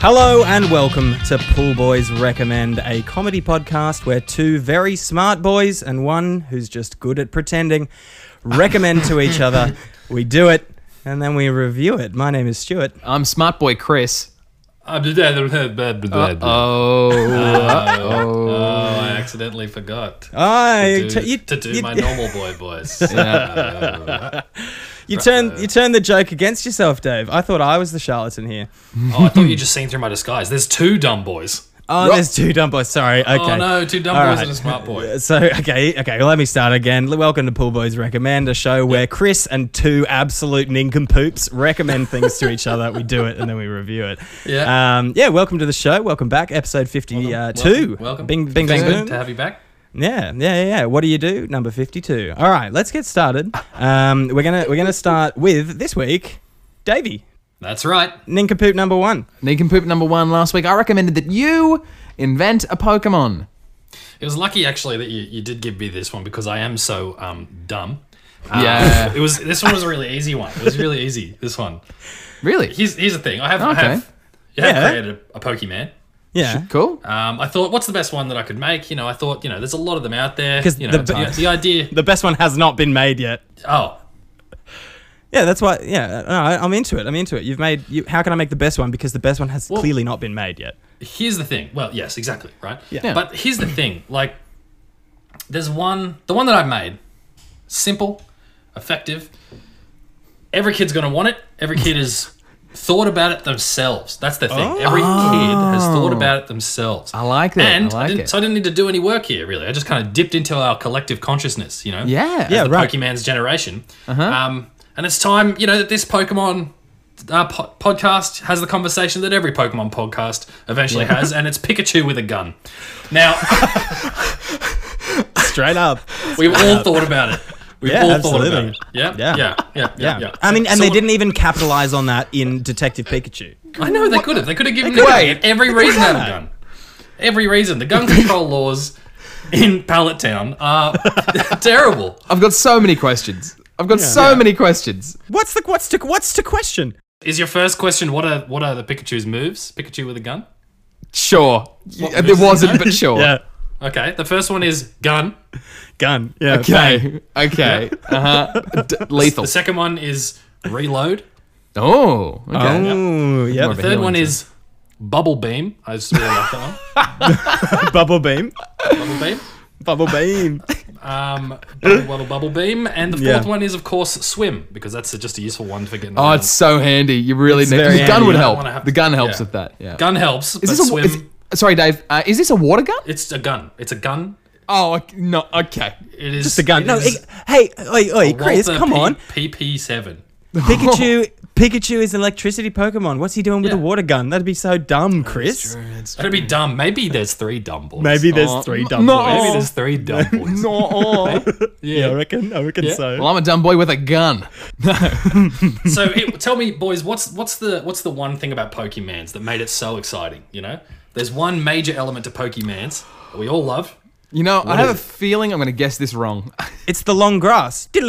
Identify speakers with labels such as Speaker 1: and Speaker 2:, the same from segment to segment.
Speaker 1: Hello and welcome to Pool Boys Recommend, a comedy podcast where two very smart boys and one who's just good at pretending recommend to each other. We do it and then we review it. My name is Stuart.
Speaker 2: I'm smart boy Chris.
Speaker 3: Uh, oh,
Speaker 2: Oh,
Speaker 3: I accidentally forgot.
Speaker 1: I
Speaker 3: to,
Speaker 1: t- you,
Speaker 3: to do
Speaker 1: you-
Speaker 3: my normal boy voice. uh,
Speaker 1: you turn you turn the joke against yourself, Dave. I thought I was the charlatan here.
Speaker 3: Oh, I thought you just seen through my disguise. There's two dumb boys.
Speaker 1: Oh, there's two dumb boys. Sorry. Okay.
Speaker 3: Oh no, two dumb
Speaker 1: All
Speaker 3: boys
Speaker 1: right.
Speaker 3: and a smart boy.
Speaker 1: So okay, okay. Let me start again. Welcome to Pool Boys Recommend, a show where Chris and two absolute nincompoops recommend things to each other. We do it and then we review it.
Speaker 3: Yeah.
Speaker 1: Um, yeah. Welcome to the show. Welcome back, episode fifty-two.
Speaker 3: Welcome, welcome.
Speaker 1: Bing, bing, bang,
Speaker 3: Good
Speaker 1: boom.
Speaker 3: To have you back.
Speaker 1: Yeah, yeah, yeah, yeah. What do you do? Number fifty-two. All right, let's get started. Um, we're gonna we're gonna start with this week, Davey,
Speaker 3: That's right.
Speaker 1: nincompoop number one.
Speaker 2: Nincompoop number one last week. I recommended that you invent a Pokemon.
Speaker 3: It was lucky actually that you, you did give me this one because I am so um dumb. Um,
Speaker 2: Yeah.
Speaker 3: It was this one was a really easy one. It was really easy. This one.
Speaker 2: Really?
Speaker 3: Here's here's the thing. I have I
Speaker 2: Okay.
Speaker 3: have, you have
Speaker 1: Yeah.
Speaker 3: created a, a Pokemon.
Speaker 1: Yeah.
Speaker 2: Cool.
Speaker 3: Um, I thought, what's the best one that I could make? You know, I thought, you know, there's a lot of them out there.
Speaker 1: 'Cause
Speaker 3: You
Speaker 1: the
Speaker 3: know,
Speaker 1: b-
Speaker 3: the, the idea.
Speaker 1: The best one has not been made yet.
Speaker 3: Oh,
Speaker 1: Yeah, that's why. Yeah, no, I- I'm into it. I'm into it. You've made. You, how can I make the best one? Because the best one has clearly not been made yet.
Speaker 3: here's the thing. Well, yes, exactly, right?
Speaker 2: Yeah.
Speaker 3: But here's the thing. Like, there's one, the one that I've made, simple, effective. Every kid's going to want it. Every kid has thought about it themselves. That's the thing. Every kid has thought about it themselves.
Speaker 2: Oh. I like that. I
Speaker 3: And
Speaker 2: like
Speaker 3: didn't-
Speaker 2: it.
Speaker 3: so I didn't need to do any work here, really. I just kind of dipped into our collective consciousness, you know?
Speaker 2: Yeah.
Speaker 1: Yeah.
Speaker 3: the
Speaker 1: right. Uh-huh.
Speaker 3: Pokemon's generation. Um, and it's time, you know, that this Pokemon uh, po- podcast has the conversation that every Pokemon podcast eventually has, and it's Pikachu with a gun. Now,
Speaker 1: Straight up.
Speaker 3: we've all thought about it. We've
Speaker 1: Yeah,
Speaker 3: all thought
Speaker 1: absolutely.
Speaker 3: about it. Yeah,
Speaker 1: Yeah.
Speaker 3: yeah, yeah, yeah,
Speaker 1: Yeah.
Speaker 3: yeah.
Speaker 1: I mean, and
Speaker 3: So
Speaker 1: they
Speaker 3: what-
Speaker 1: didn't even capitalize on that in Detective Pikachu.
Speaker 3: I know they could have. They could have given it
Speaker 2: Wait.
Speaker 3: every reason out of gun. Every reason. The gun control laws in Pallet Town are terrible.
Speaker 2: I've got so many questions. I've got so many questions.
Speaker 1: What's the what's to what's to question?
Speaker 3: Is your first question what are what are the Pikachu's moves? Pikachu with a gun.
Speaker 2: Sure.
Speaker 3: What
Speaker 2: there
Speaker 3: was it?
Speaker 2: wasn't, but sure.
Speaker 1: Yeah.
Speaker 3: Okay, the first one is gun.
Speaker 1: Gun. Yeah. bang.
Speaker 2: Okay. Okay. Uh huh. D- lethal.
Speaker 1: Oh.
Speaker 3: The second one is reload.
Speaker 2: Oh. Okay.
Speaker 1: Ooh, yep.
Speaker 2: More of
Speaker 3: Third
Speaker 2: healing
Speaker 3: one is bubble beam. I just really like that
Speaker 1: Bubble beam.
Speaker 3: one. Bubble beam.
Speaker 1: Bubble beam.
Speaker 3: Um, bubble, bubble, bubble beam. And the fourth
Speaker 1: Yeah.
Speaker 3: one is, of course, swim because that's just a useful one for getting.
Speaker 2: Oh,
Speaker 3: around.
Speaker 2: it's so handy. You really
Speaker 1: It's
Speaker 2: need
Speaker 1: very
Speaker 2: the gun
Speaker 1: handy.
Speaker 2: would
Speaker 1: I don't
Speaker 2: help.
Speaker 3: wanna have
Speaker 2: The
Speaker 3: to-
Speaker 2: gun helps
Speaker 3: yeah.
Speaker 2: with that. Yeah.
Speaker 3: gun helps. Is
Speaker 2: Is
Speaker 3: but
Speaker 2: this a
Speaker 3: swim?
Speaker 2: is- sorry, Dave. Uh, is this a water gun?
Speaker 3: it's a gun. It's a gun.
Speaker 2: Oh ok- no. Okay.
Speaker 3: It is
Speaker 1: Just a gun.
Speaker 3: it
Speaker 1: No.
Speaker 3: is
Speaker 1: It, hey, oi, oi,
Speaker 3: a
Speaker 1: Chris,
Speaker 3: Walther
Speaker 1: come
Speaker 3: P-
Speaker 1: on.
Speaker 3: PP seven.
Speaker 1: Pikachu. Pikachu is an electricity Pokemon. What's he doing with a
Speaker 3: Yeah.
Speaker 1: water gun? That'd be so dumb, Chris.
Speaker 3: That'd be dumb. Maybe there's three dumb boys.
Speaker 1: Maybe there's
Speaker 2: Oh,
Speaker 1: three
Speaker 2: n-
Speaker 1: dumb
Speaker 2: no.
Speaker 1: boys.
Speaker 3: Maybe there's three dumb boys.
Speaker 2: No.
Speaker 1: Yeah, I reckon. I reckon so.
Speaker 2: Well, I'm a dumb boy with a gun.
Speaker 3: so it, tell me, boys, what's what's the what's the one thing about Pokemans that made it so exciting? You know, there's one major element to Pokemans that we all love.
Speaker 2: You know, I have a feeling I'm going to guess this wrong.
Speaker 1: It's the long grass. Oh,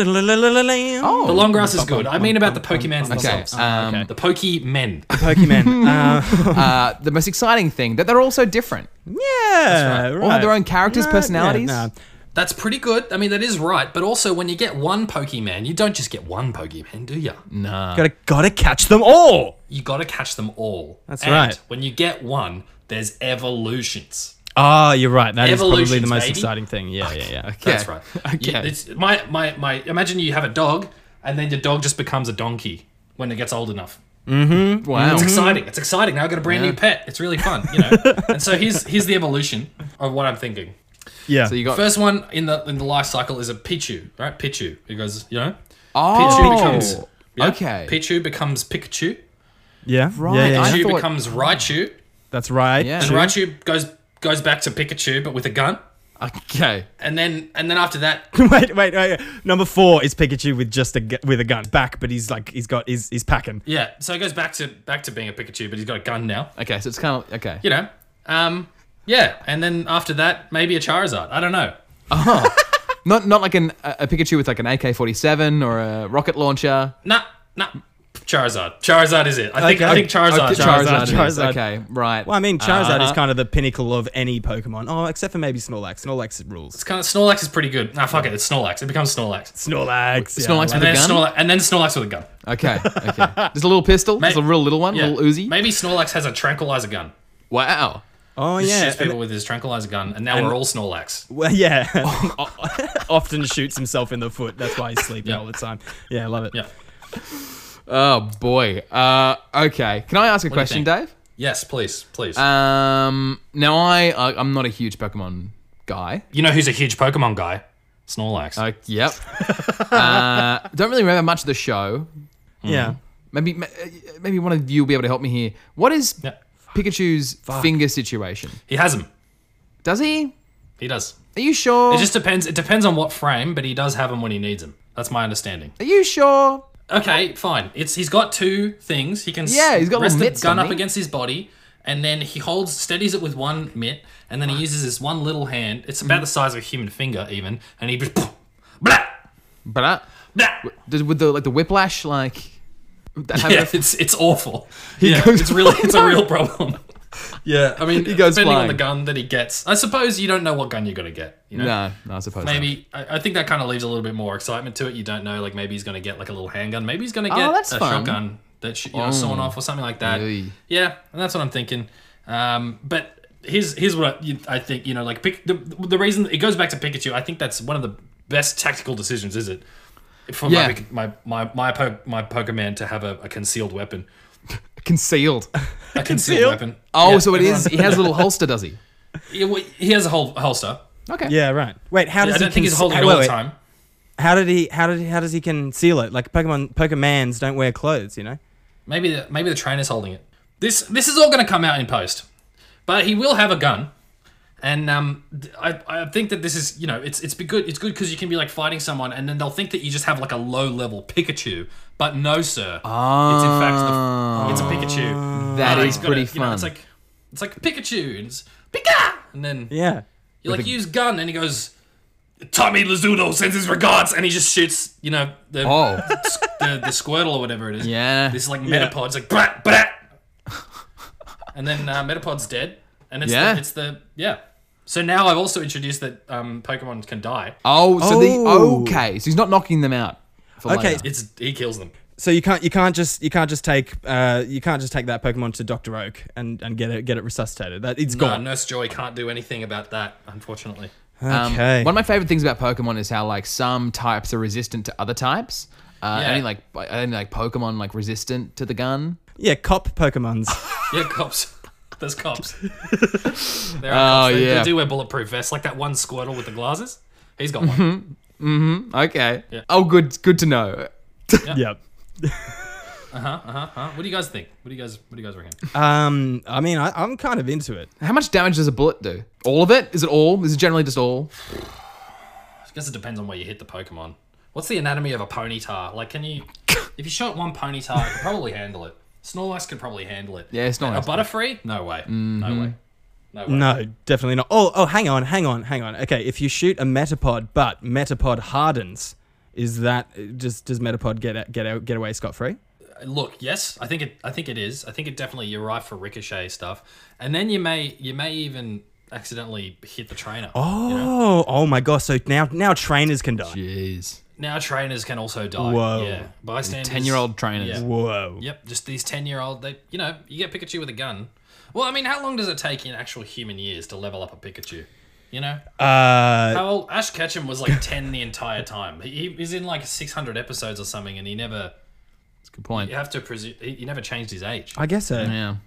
Speaker 3: The long grass is good. I mean about the Pokemans
Speaker 2: Okay.
Speaker 3: themselves.
Speaker 1: Uh,
Speaker 2: Um,
Speaker 3: The Pokemon.
Speaker 1: Pokemon. Uh,
Speaker 2: uh, the most exciting thing that they're all so different.
Speaker 1: yeah, right.
Speaker 2: All have their own characters,
Speaker 1: Right, yeah,
Speaker 2: personalities.
Speaker 1: nah.
Speaker 3: That's pretty good. I mean, that is right. But also, when you get one Pokemon, you don't just get one Pokemon, do you?
Speaker 1: Gotta gotta catch them all.
Speaker 3: You got to catch them all.
Speaker 1: That's
Speaker 3: And
Speaker 1: right.
Speaker 3: When you get one, there's evolutions.
Speaker 1: Ah, you're right. That is probably the
Speaker 3: Evolutions,
Speaker 1: most
Speaker 3: baby.
Speaker 1: exciting thing. Yeah, yeah, yeah.
Speaker 3: That's
Speaker 2: Okay.
Speaker 3: right.
Speaker 2: Okay.
Speaker 3: You- it's, my, my, my, imagine you have a dog, and then your dog just becomes a donkey when it gets old enough.
Speaker 2: Wow.
Speaker 3: It's exciting. It's exciting. Now I've got a brand new pet. It's really fun, you know. and so here's here's the evolution of what I'm thinking.
Speaker 1: Yeah.
Speaker 2: So you got
Speaker 3: First one in the in the life cycle is a Pichu, right? Pichu. Because you know
Speaker 2: oh,
Speaker 3: becomes yeah,
Speaker 2: okay.
Speaker 3: Pichu becomes Pikachu.
Speaker 1: yeah.
Speaker 2: Right,
Speaker 1: Yeah, yeah,
Speaker 2: I-
Speaker 3: Pichu
Speaker 2: thought-
Speaker 3: becomes Raichu.
Speaker 1: That's right.
Speaker 2: Yeah.
Speaker 3: And
Speaker 2: Sure.
Speaker 3: Raichu goes goes back to Pikachu but with a gun.
Speaker 2: okay.
Speaker 3: And then and then after that
Speaker 1: wait, wait, wait. Number four is Pikachu with just a gu- with a gun back, but he's like he's got he's he's packing.
Speaker 3: yeah, so it goes back to back to being a Pikachu, but he's got a gun now.
Speaker 2: Okay. So it's kind of okay.
Speaker 3: You know. Um yeah, and then after that, maybe a Charizard. I don't know.
Speaker 2: Not not like an a a Pikachu with like an AK-47 or a rocket launcher.
Speaker 3: Nah, nah. Charizard. Charizard is it. I think. I
Speaker 1: Okay.
Speaker 3: think Charizard.
Speaker 1: Okay,
Speaker 2: Charizard.
Speaker 1: Charizard,
Speaker 2: it is.
Speaker 1: Charizard.
Speaker 2: Okay, right.
Speaker 1: Well, I mean, Charizard is
Speaker 3: Uh,
Speaker 1: kind of the pinnacle of any Pokemon. Oh, except for maybe Snorlax. Snorlax rules.
Speaker 3: It's kind of Snorlax is pretty good. Nah, fuck it. It's Snorlax. It becomes Snorlax.
Speaker 1: Snorlax. yeah,
Speaker 2: Snorlax
Speaker 3: And
Speaker 1: I like
Speaker 2: with
Speaker 3: then
Speaker 2: gun?
Speaker 3: Snorlax. And then Snorlax with a gun.
Speaker 2: Okay, okay. There's a little pistol. There's a real little one,
Speaker 3: Yeah.
Speaker 2: little Uzi.
Speaker 3: Maybe Snorlax has a tranquilizer gun.
Speaker 2: Wow.
Speaker 1: it. Oh
Speaker 3: He
Speaker 1: yeah.
Speaker 3: shoots people with his tranquilizer gun, and now we're all Snorlax.
Speaker 1: Well, yeah. Often shoots himself in the foot. That's why he's sleeping all the time. Yeah, I love it.
Speaker 3: Yeah.
Speaker 2: Oh boy. Uh, okay. Can I ask a
Speaker 3: you
Speaker 2: question,
Speaker 3: think?
Speaker 2: Dave?
Speaker 3: Yes, please, please.
Speaker 2: Uh, Um, now I uh, I'm not a huge Pokemon guy.
Speaker 3: you know who's a huge Pokemon guy? Snorlax.
Speaker 2: Uh, yep. uh, don't really remember much of the show.
Speaker 1: Yeah.
Speaker 2: Maybe ma- uh, maybe one of you will be able to help me here. What is
Speaker 3: Yeah.
Speaker 2: Pikachu's finger situation?
Speaker 3: He has him.
Speaker 2: Does he?
Speaker 3: He does.
Speaker 2: Are you sure?
Speaker 3: It just depends. It depends on what frame, but he does have him when he needs him. That's my understanding.
Speaker 2: Are you sure?
Speaker 3: Okay, fine. It's he's got two things. He can s-
Speaker 2: Yeah, he's got
Speaker 3: rest
Speaker 2: little
Speaker 3: the
Speaker 2: mitts,
Speaker 3: gun
Speaker 2: doesn't
Speaker 3: up
Speaker 2: he?
Speaker 3: against his body, and then he holds steadies it with one mitt, and then he uses his one little hand. It's
Speaker 2: Mm.
Speaker 3: about the size of a human finger, even, and he just blah
Speaker 2: But uh,
Speaker 3: blah.
Speaker 2: does with the like the whiplash like? That have
Speaker 3: Yeah,
Speaker 2: a-
Speaker 3: it's it's awful. yeah,
Speaker 2: goes-
Speaker 3: it's really it's a real problem.
Speaker 1: Yeah. I
Speaker 3: I mean,
Speaker 2: He goes
Speaker 3: depending
Speaker 2: flying.
Speaker 3: on the gun that he gets, I suppose you don't know what gun you're gonna get. You know,
Speaker 2: no, no, I suppose not.
Speaker 3: maybe I, I think that kind of leaves a little bit more excitement to it. You don't know, like maybe he's gonna get like a little handgun. Maybe he's gonna get
Speaker 2: Oh, that's
Speaker 3: a
Speaker 2: fun. Oh.
Speaker 3: shotgun that sh- you know sawn off or something like that.
Speaker 2: Yay.
Speaker 3: Yeah, and that's what I'm thinking. Um, but here's here's what I, you- I think. You know, like Pic- the the reason it goes back to Pikachu. I think that's one of the best tactical decisions. Is it? For
Speaker 2: Yeah.
Speaker 3: my Pic- my my my, my, po- my Pokemon to have a, a concealed weapon,
Speaker 2: concealed.
Speaker 3: a concealed
Speaker 1: Concealed?
Speaker 3: weapon.
Speaker 2: Oh,
Speaker 3: Yeah,
Speaker 2: so it is.
Speaker 3: everyone-
Speaker 2: He has a little holster, does he?
Speaker 3: Yeah, well, He has a whole holster.
Speaker 2: Okay.
Speaker 1: Yeah. Right. Wait. How
Speaker 3: I
Speaker 1: does
Speaker 3: don't
Speaker 1: he
Speaker 3: think he's
Speaker 1: conce-
Speaker 3: holding it
Speaker 1: wait,
Speaker 3: all the
Speaker 1: wait,
Speaker 3: time.
Speaker 1: How did he? How did? How does he conceal it? Like Pokemon, Pokemans don't wear clothes. You know.
Speaker 3: Maybe the, maybe the trainer's holding it. This this is all going to come out in post, but he will have a gun, and um, th- I, I think that this is you know it's it's be good it's good because you can be like fighting someone and then they'll think that you just have like a low level Pikachu, but no sir, it's in fact the, it's a Pikachu.
Speaker 2: Ah.
Speaker 3: Uh,
Speaker 2: That
Speaker 3: That is
Speaker 2: is pretty fun.
Speaker 3: it's like it's like Pikachu and it's Pika, and then
Speaker 1: Yeah.
Speaker 3: you like use gun and he goes. Tommy Lazzuto sends his regards, and he just shoots, you know, the,
Speaker 2: Oh.
Speaker 3: the, the Squirtle or whatever it is.
Speaker 2: Yeah.
Speaker 3: This like Metapod's like brat brat, and then uh, Metapod's dead, and it's
Speaker 2: Yeah.
Speaker 3: the, it's the yeah. So now I've also introduced that um, Pokemon can die.
Speaker 2: Oh, so
Speaker 1: Oh.
Speaker 2: the okay. So he's not knocking them out. For
Speaker 1: Okay.
Speaker 2: later.
Speaker 3: It's he kills them.
Speaker 1: So you can't. You can't just. You can't just take. Uh. You can't just take that Pokemon to Doctor Oak and and get it. Get it resuscitated. That it's
Speaker 3: Uh,
Speaker 1: gone.
Speaker 3: Nurse Joy can't do anything about that, unfortunately.
Speaker 2: Um,
Speaker 1: Okay.
Speaker 2: One of my favorite things about Pokemon is how like some types are resistant to other types. Uh,
Speaker 3: Yeah.
Speaker 2: Only like only like Pokemon like resistant to the gun.
Speaker 1: yeah. Cop Pokemons.
Speaker 3: Yeah, cops. There's cops. there are
Speaker 2: Oh,
Speaker 3: cops. They,
Speaker 2: yeah.
Speaker 3: they do wear bulletproof vests, like that one Squirtle with the glasses. He's got one.
Speaker 2: Okay. Oh, good. Good to know.
Speaker 1: yep.
Speaker 3: Huh? Uh-huh. What do you guys think? What do you guys What do you guys reckon?
Speaker 1: Um. I mean, I, I'm kind of into it.
Speaker 2: How much damage does a bullet do? All of it? Is it all? Is it generally just all?
Speaker 3: I guess it depends on where you hit the Pokemon. What's the anatomy of a ponytar? Like, can you? If you shot one ponytar, it could probably handle it. Snorlax could probably handle it.
Speaker 2: Yeah, Snorlax
Speaker 3: A Butterfree? No way. No way. No way.
Speaker 1: No, definitely not. Oh, oh, hang on, hang on, hang on. Okay, if you shoot a metapod, but metapod hardens, is that just does metapod get out, get out, get away scot free?
Speaker 3: Look, yes, I think it. I think it is. I think it definitely. You're right for ricochet stuff, and then you may you may even accidentally hit the trainer. Oh.
Speaker 1: Oh, oh my gosh! So now now trainers can die.
Speaker 2: Jeez.
Speaker 3: Now trainers can also die.
Speaker 1: Whoa.
Speaker 3: Yeah. Bystanders.
Speaker 2: Ten-year-old trainers.
Speaker 3: Yeah.
Speaker 1: Whoa.
Speaker 3: Yep, just these 10 year old, they, you know, you get Pikachu with a gun. Well, I mean, how long does it take in actual human years to level up a Pikachu? You know?
Speaker 1: Uh,
Speaker 3: how old? Ash Ketchum was like 10 the entire time. He, he was in like 600 episodes or something, and he never,
Speaker 2: That's a good point.
Speaker 3: you have to presume, he, he never changed his age.
Speaker 1: I guess so.
Speaker 2: yeah.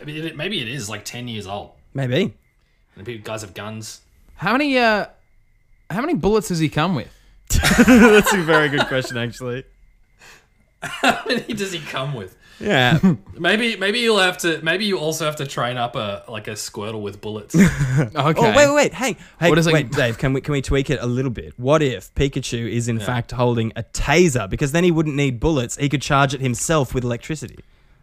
Speaker 3: I mean, it, maybe it is like 10 years old.
Speaker 1: Maybe.
Speaker 3: And people, guys have guns.
Speaker 2: How many? Uh, how many bullets does he come with?
Speaker 1: That's a very good question, actually.
Speaker 3: How many does he come with?
Speaker 1: Yeah.
Speaker 3: Maybe, maybe you'll have to, maybe you also have to train up a, like a Squirtle with bullets.
Speaker 2: Okay.
Speaker 1: Oh wait, wait, wait, hang. Hey,
Speaker 2: What is it-
Speaker 1: wait, Dave. Can we can we tweak it a little bit? What if Pikachu is in fact holding a taser? Because then he wouldn't need bullets. He could charge it himself with electricity.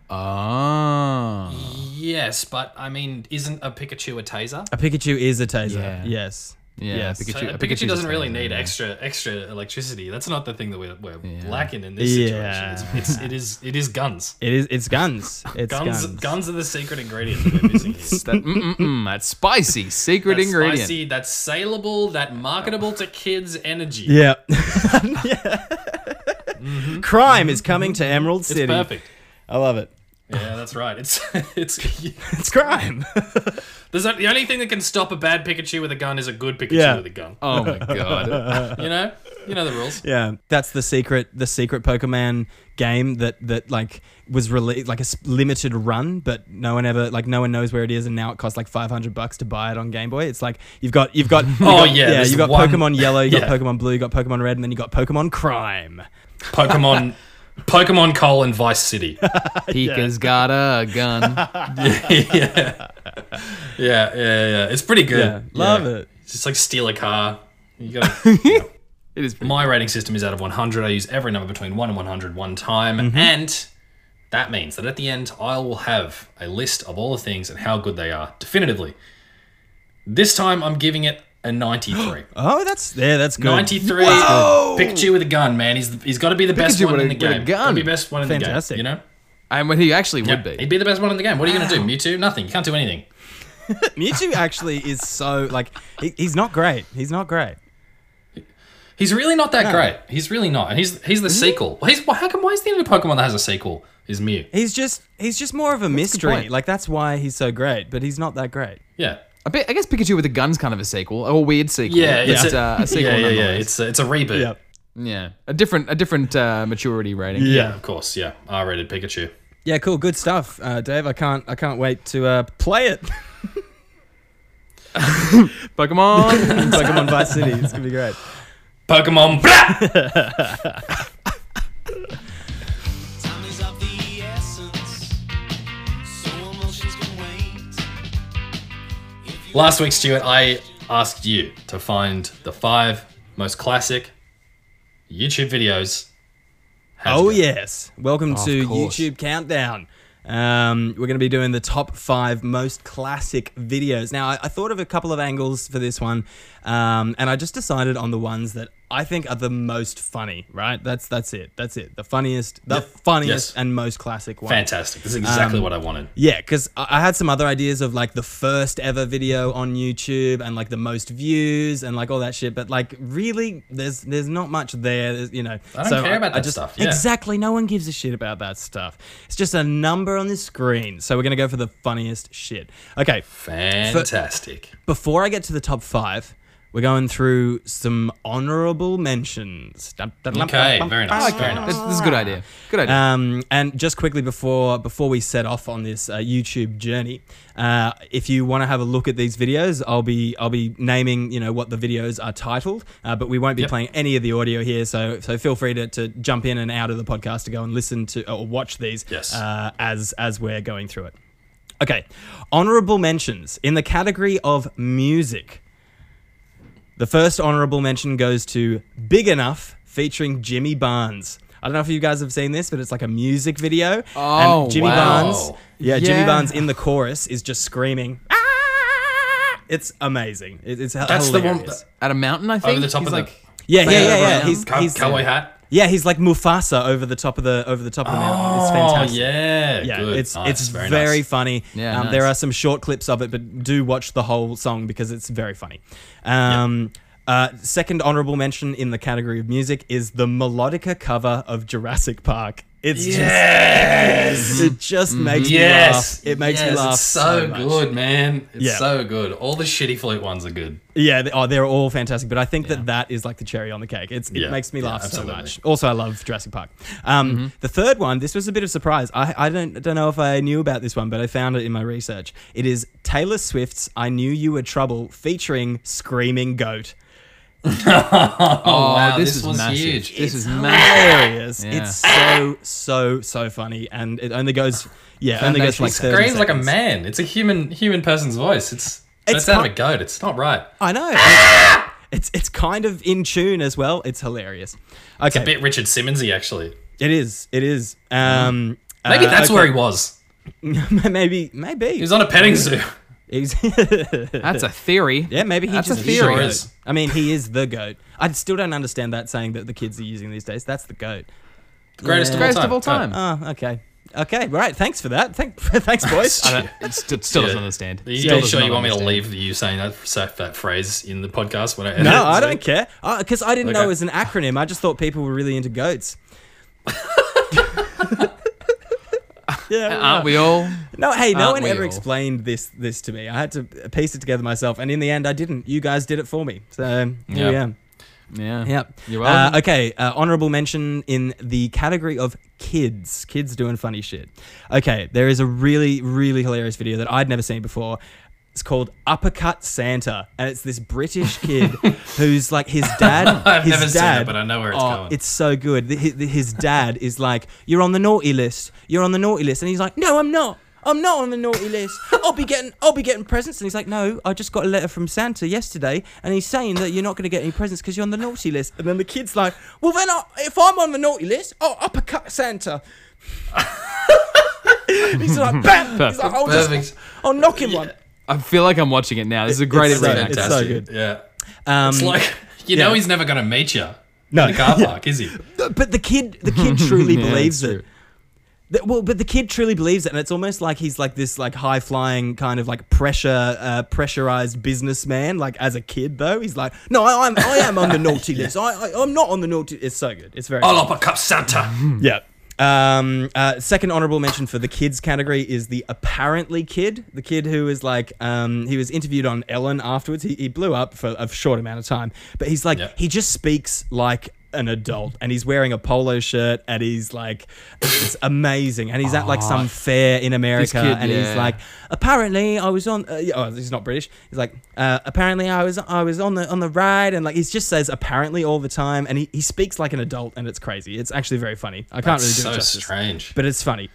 Speaker 2: Oh. Ah.
Speaker 3: yes, but I mean, isn't a Pikachu a taser?
Speaker 1: A Pikachu is a taser.
Speaker 2: Yeah.
Speaker 1: Yes.
Speaker 2: Yeah,
Speaker 1: Yes.
Speaker 2: Pikachu,
Speaker 3: So, uh,
Speaker 2: uh,
Speaker 3: Pikachu
Speaker 2: Pikachu's
Speaker 3: doesn't
Speaker 2: a
Speaker 3: really
Speaker 2: thing,
Speaker 3: need
Speaker 2: yeah.
Speaker 3: extra extra electricity. That's not the thing that we're, we're
Speaker 2: Yeah.
Speaker 3: lacking in this
Speaker 1: Yeah.
Speaker 3: situation. It's, it's, it is it is guns.
Speaker 1: It is. It's guns. It's
Speaker 3: Guns,
Speaker 1: guns.
Speaker 3: guns are the secret ingredient that we're missing here.
Speaker 2: It's that, mm, mm, mm, that spicy secret
Speaker 3: That
Speaker 2: ingredient.
Speaker 3: spicy, that saleable, that marketable to kids energy.
Speaker 1: Yeah. yeah. Crime is coming to Emerald
Speaker 3: Mm-hmm. it's
Speaker 1: City.
Speaker 3: perfect.
Speaker 1: I love it.
Speaker 3: Yeah, that's right. It's it's
Speaker 1: It's crime.
Speaker 3: there's a, the only thing that can stop a bad Pikachu with a gun is a good Pikachu
Speaker 1: Yeah.
Speaker 3: with a gun.
Speaker 2: Oh my god.
Speaker 3: You know, you know the rules.
Speaker 1: yeah, that's the secret. The secret Pokemon game that that like was released like a s- limited run, but no one ever like no one knows where it is, and now it costs like five hundred bucks to buy it on Game Boy. It's like you've got you've got you've
Speaker 3: Oh,
Speaker 1: got-
Speaker 3: yeah,
Speaker 1: yeah
Speaker 3: there's
Speaker 1: you've got
Speaker 3: one-
Speaker 1: Pokemon Yellow, you
Speaker 3: Yeah.
Speaker 1: have got Pokemon Blue, you got Pokemon Red, and then you got Pokemon Crime.
Speaker 3: Pokemon, Pokemon Coal and Vice City.
Speaker 2: Pika's got a gun.
Speaker 3: yeah. yeah, yeah, yeah. It's pretty good.
Speaker 1: Yeah, love
Speaker 3: Yeah.
Speaker 1: it.
Speaker 3: It's just like steal a car. You gotta,
Speaker 2: It is pretty
Speaker 3: my rating system is out of 100. I use every number between 1 and 100 one time.
Speaker 2: Mm-hmm.
Speaker 3: And that means that at the end, I will have a list of all the things and how good they are definitively. This time, I'm giving it a 93.
Speaker 1: Oh, that's yeah, that's good.
Speaker 3: 93. Pikachu with a gun, man. He's, he's got to be the best
Speaker 2: Pikachu
Speaker 3: one
Speaker 2: with
Speaker 3: in
Speaker 2: a-
Speaker 3: the
Speaker 2: with a
Speaker 3: game.
Speaker 2: gun.
Speaker 3: He'll be best one in
Speaker 1: Fantastic.
Speaker 3: the game. You know?
Speaker 2: I mean, he actually would
Speaker 3: Yeah,
Speaker 2: be.
Speaker 3: He'd be the best one in the game. What are you going to do? Mewtwo? Nothing. You can't do anything.
Speaker 1: Mewtwo actually is so like he, he's not great. He's not great.
Speaker 3: He's really not that great. He's really not. And he's he's the sequel. Well, He's well, how come why is the only Pokemon that has a sequel is Mew?
Speaker 1: He's just he's just more of a mystery.
Speaker 2: point.
Speaker 1: Like that's why he's so great, but he's not that great.
Speaker 3: Yeah.
Speaker 2: I, bet, I guess Pikachu with a gun's kind of a sequel, or a weird sequel.
Speaker 3: Yeah,
Speaker 2: It's
Speaker 3: it's
Speaker 2: uh, a sequel.
Speaker 3: yeah, yeah, yeah.
Speaker 2: nonetheless.
Speaker 3: It's a, it's a reboot. Yeah.
Speaker 2: yeah. A different, a different uh, maturity rating.
Speaker 3: of course. Yeah, R-rated Pikachu.
Speaker 1: Yeah, cool, good stuff, uh, Dave. I can't, I can't wait to uh, play it.
Speaker 2: Pokemon.
Speaker 1: Pokemon Vice City, it's gonna be great.
Speaker 3: Pokemon. Blah!
Speaker 4: Time is of the essence, so emotions can wait.
Speaker 3: Last week, Stuart, I asked you to find the five most classic YouTube videos. How's
Speaker 1: Oh
Speaker 3: it?
Speaker 1: yes, welcome to
Speaker 2: course.
Speaker 1: YouTube Countdown. Um, we're going to be doing the top five most classic videos. Now, I, I thought of a couple of angles for this one, um, and I just decided on the ones that I think are the most funny. Right? That's that's it. That's it. The funniest, the funniest,
Speaker 3: Yes.
Speaker 1: and most classic one.
Speaker 3: Fantastic. This is exactly
Speaker 1: Um,
Speaker 3: what I wanted.
Speaker 1: Yeah, because I I had some other ideas of like the first ever video on YouTube and like the most views and like all that shit, but like really, there's there's not much there, there's- you know.
Speaker 3: I don't care about that stuff, yeah.
Speaker 1: Exactly, no one gives a shit about that stuff. It's just a number on the screen. So we're gonna go for the funniest shit. Okay,
Speaker 3: Fantastic.
Speaker 1: before I get to the top five, we're going through some honorable mentions. Dum, dum, dum,
Speaker 3: Okay,
Speaker 1: dum,
Speaker 3: very
Speaker 1: dum,
Speaker 3: nice.
Speaker 1: dum.
Speaker 3: Very nice.
Speaker 2: That's- this is a good idea. Good idea.
Speaker 1: Um, and just quickly before before we set off on this uh, YouTube journey, uh, if you want to have a look at these videos, I'll be I'll be naming you know what the videos are titled, uh, but we won't be
Speaker 3: Yep.
Speaker 1: playing any of the audio here. So so feel free to, to jump in and out of the podcast to go and listen to or watch these
Speaker 3: Yes.
Speaker 1: uh, as as we're going through it. Okay, honorable mentions in the category of music. The first honorable mention goes to Big Enough featuring Jimmy Barnes. I don't know if you guys have seen this, but it's like a music video.
Speaker 2: Oh,
Speaker 1: and Jimmy
Speaker 2: wow.
Speaker 1: Barnes. Yeah, Jimmy
Speaker 2: Yeah.
Speaker 1: Barnes in the chorus is just screaming. "Ah!" It's amazing. It, it's
Speaker 3: That's
Speaker 1: That's
Speaker 3: the one.
Speaker 1: hilarious.
Speaker 2: At a mountain, I think.
Speaker 3: Over the top
Speaker 2: He's
Speaker 3: of
Speaker 2: like,
Speaker 3: the
Speaker 1: yeah, yeah, yeah,
Speaker 2: Bang
Speaker 1: yeah.
Speaker 2: around.
Speaker 1: He's,
Speaker 3: cow-
Speaker 1: he's
Speaker 3: cowboy hat.
Speaker 1: yeah, he's like Mufasa over the top of the over the top of the mountain. It's fantastic.
Speaker 3: Oh yeah,
Speaker 1: Yeah,
Speaker 3: good.
Speaker 1: it's
Speaker 3: Nice,
Speaker 1: it's very,
Speaker 3: nice.
Speaker 1: funny.
Speaker 2: Yeah,
Speaker 1: um,
Speaker 2: nice.
Speaker 1: there are some short clips of it, but do watch the whole song because it's very funny. Um, uh, second honorable mention in the category of music is the melodica cover of Jurassic Park. It's
Speaker 3: Yes,
Speaker 1: just it just makes
Speaker 3: yes.
Speaker 1: me laugh. It makes
Speaker 3: Yes,
Speaker 1: me laugh
Speaker 3: It's so,
Speaker 1: much.
Speaker 3: good, man. It's
Speaker 1: Yeah.
Speaker 3: so good. All the shitty flute ones are good.
Speaker 1: Yeah, they, oh, they're all fantastic, but I think that that is like the cherry on the cake. It's, it
Speaker 3: Yeah,
Speaker 1: makes me
Speaker 3: yeah,
Speaker 1: laugh so
Speaker 3: absolutely. Mm-hmm.
Speaker 1: much. Also, I love Jurassic Park. Um, The third one, this was a bit of surprise. I, I don't don't know if I knew about this one, but I found it in my research. It is Taylor Swift's "I Knew You Were Trouble" featuring Screaming Goat.
Speaker 2: oh,
Speaker 3: wow,
Speaker 2: this,
Speaker 3: this
Speaker 2: is
Speaker 3: was
Speaker 2: massive.
Speaker 3: huge.
Speaker 2: This is massive.
Speaker 1: Hilarious!
Speaker 2: Yeah.
Speaker 1: It's so so so funny, and it only goes yeah, only goes for like
Speaker 2: Foundational.
Speaker 1: 30
Speaker 3: Screams like a
Speaker 1: seconds.
Speaker 3: man. It's a human human person's voice. It's
Speaker 1: It's
Speaker 3: it's out
Speaker 1: not-
Speaker 3: of a goat. It's not right.
Speaker 1: I know. And It's it's kind of in tune as well. It's hilarious. Okay,
Speaker 3: A bit Richard Simmonsy actually.
Speaker 1: it is. It is. Um,
Speaker 3: Maybe
Speaker 1: uh,
Speaker 3: that's
Speaker 1: okay.
Speaker 3: where he was.
Speaker 1: maybe, maybe.
Speaker 3: He was on a petting zoo.
Speaker 1: He's
Speaker 2: That's a theory.
Speaker 1: yeah, maybe he
Speaker 2: That's a
Speaker 1: just
Speaker 3: theory.
Speaker 1: is the
Speaker 3: Sure
Speaker 1: goat.
Speaker 3: is.
Speaker 1: I mean, he is the goat. I still don't understand that saying that the kids are using these days. That's the goat.
Speaker 3: Greatest,
Speaker 1: Yeah.
Speaker 3: of, all
Speaker 2: Greatest
Speaker 3: time.
Speaker 2: of all time.
Speaker 1: Oh, okay. Okay, right. Thanks for that. Thank, thanks, boys.
Speaker 2: I don't, it st- still doesn't understand.
Speaker 3: Are Uh, you
Speaker 2: Still does
Speaker 3: sure you
Speaker 2: not
Speaker 3: want me to
Speaker 2: understand.
Speaker 3: leave you saying that, say that phrase in the podcast? When I edit
Speaker 1: no, I
Speaker 3: it?
Speaker 1: don't care. Because I didn't know
Speaker 3: Okay.
Speaker 1: it was an acronym. I just thought people were really into goats. yeah.
Speaker 2: Aren't we all?
Speaker 1: No, hey, no
Speaker 2: Aren't
Speaker 1: one
Speaker 2: Uh, we
Speaker 1: ever
Speaker 2: all?
Speaker 1: explained this this to me. I had to piece it together myself, and in the end, I didn't. You guys did it for me, so here we
Speaker 2: Yeah.
Speaker 1: am.
Speaker 2: Yeah.
Speaker 1: Yep.
Speaker 2: You're
Speaker 1: uh,
Speaker 2: welcome.
Speaker 1: okay. Uh, honorable mention in the category of kids. Kids doing funny shit. Okay. There is a really, really hilarious video that I'd never seen before. It's called Uppercut Santa, and it's this British kid who's like his dad.
Speaker 3: I've
Speaker 1: his
Speaker 3: never seen it,
Speaker 1: dad,
Speaker 3: but I know where it's
Speaker 1: oh,
Speaker 3: going.
Speaker 1: It's so good. The- hi- the- His dad is like, "You're on the naughty list. You're on the naughty list," and he's like, "No, I'm not." I'm not on the naughty list. I'll be getting, I'll be getting presents. And he's like, no, I just got a letter from Santa yesterday, and he's saying that you're not going to get any presents because you're on the naughty list. And then the kid's like, well, then I, if I'm on the naughty list, I'll uppercut Santa. he's like, bam. He's like, I'll just,
Speaker 3: Perfect.
Speaker 1: I'll knock him one.
Speaker 2: I feel like I'm watching it now. This is a great
Speaker 1: It's so-
Speaker 2: event.
Speaker 1: it's so
Speaker 3: Fantastic.
Speaker 1: good.
Speaker 3: Yeah.
Speaker 1: Um,
Speaker 3: It's like you
Speaker 1: yeah.
Speaker 3: know he's never going to meet you.
Speaker 1: No.
Speaker 3: in the car park, is he?
Speaker 1: but the kid, the kid truly
Speaker 2: Yeah,
Speaker 1: believes
Speaker 2: it's
Speaker 1: it. The- well, but the kid truly believes it, and it's almost like he's like this like high flying kind of like pressure uh, pressurized businessman. Like as a kid though, he's like, no, I, I'm I am on the naughty list. I, I I'm not on the naughty. It's so good. It's very.
Speaker 3: I'll uppercut Santa.
Speaker 2: Mm.
Speaker 1: Yeah. Um, uh, second honorable mention for the kids category is the apparently kid, the kid who is like, um, he was interviewed on Ellen afterwards. He, he blew up for a short amount of time, but he's like,
Speaker 3: Yep.
Speaker 1: he just speaks like an adult and he's wearing a polo shirt and he's like, it's amazing. And he's at like some fair in America
Speaker 2: Ah. kid,
Speaker 1: and he's
Speaker 2: yeah.
Speaker 1: like, apparently I was on, uh, yeah, oh, he's not British. He's like, uh, apparently I was, I was on the, on the ride. And like, he just says apparently all the time. And he, he speaks like an adult and it's crazy. It's actually very funny. I can't really do
Speaker 3: so
Speaker 1: it justice
Speaker 3: strange.
Speaker 1: but it's funny.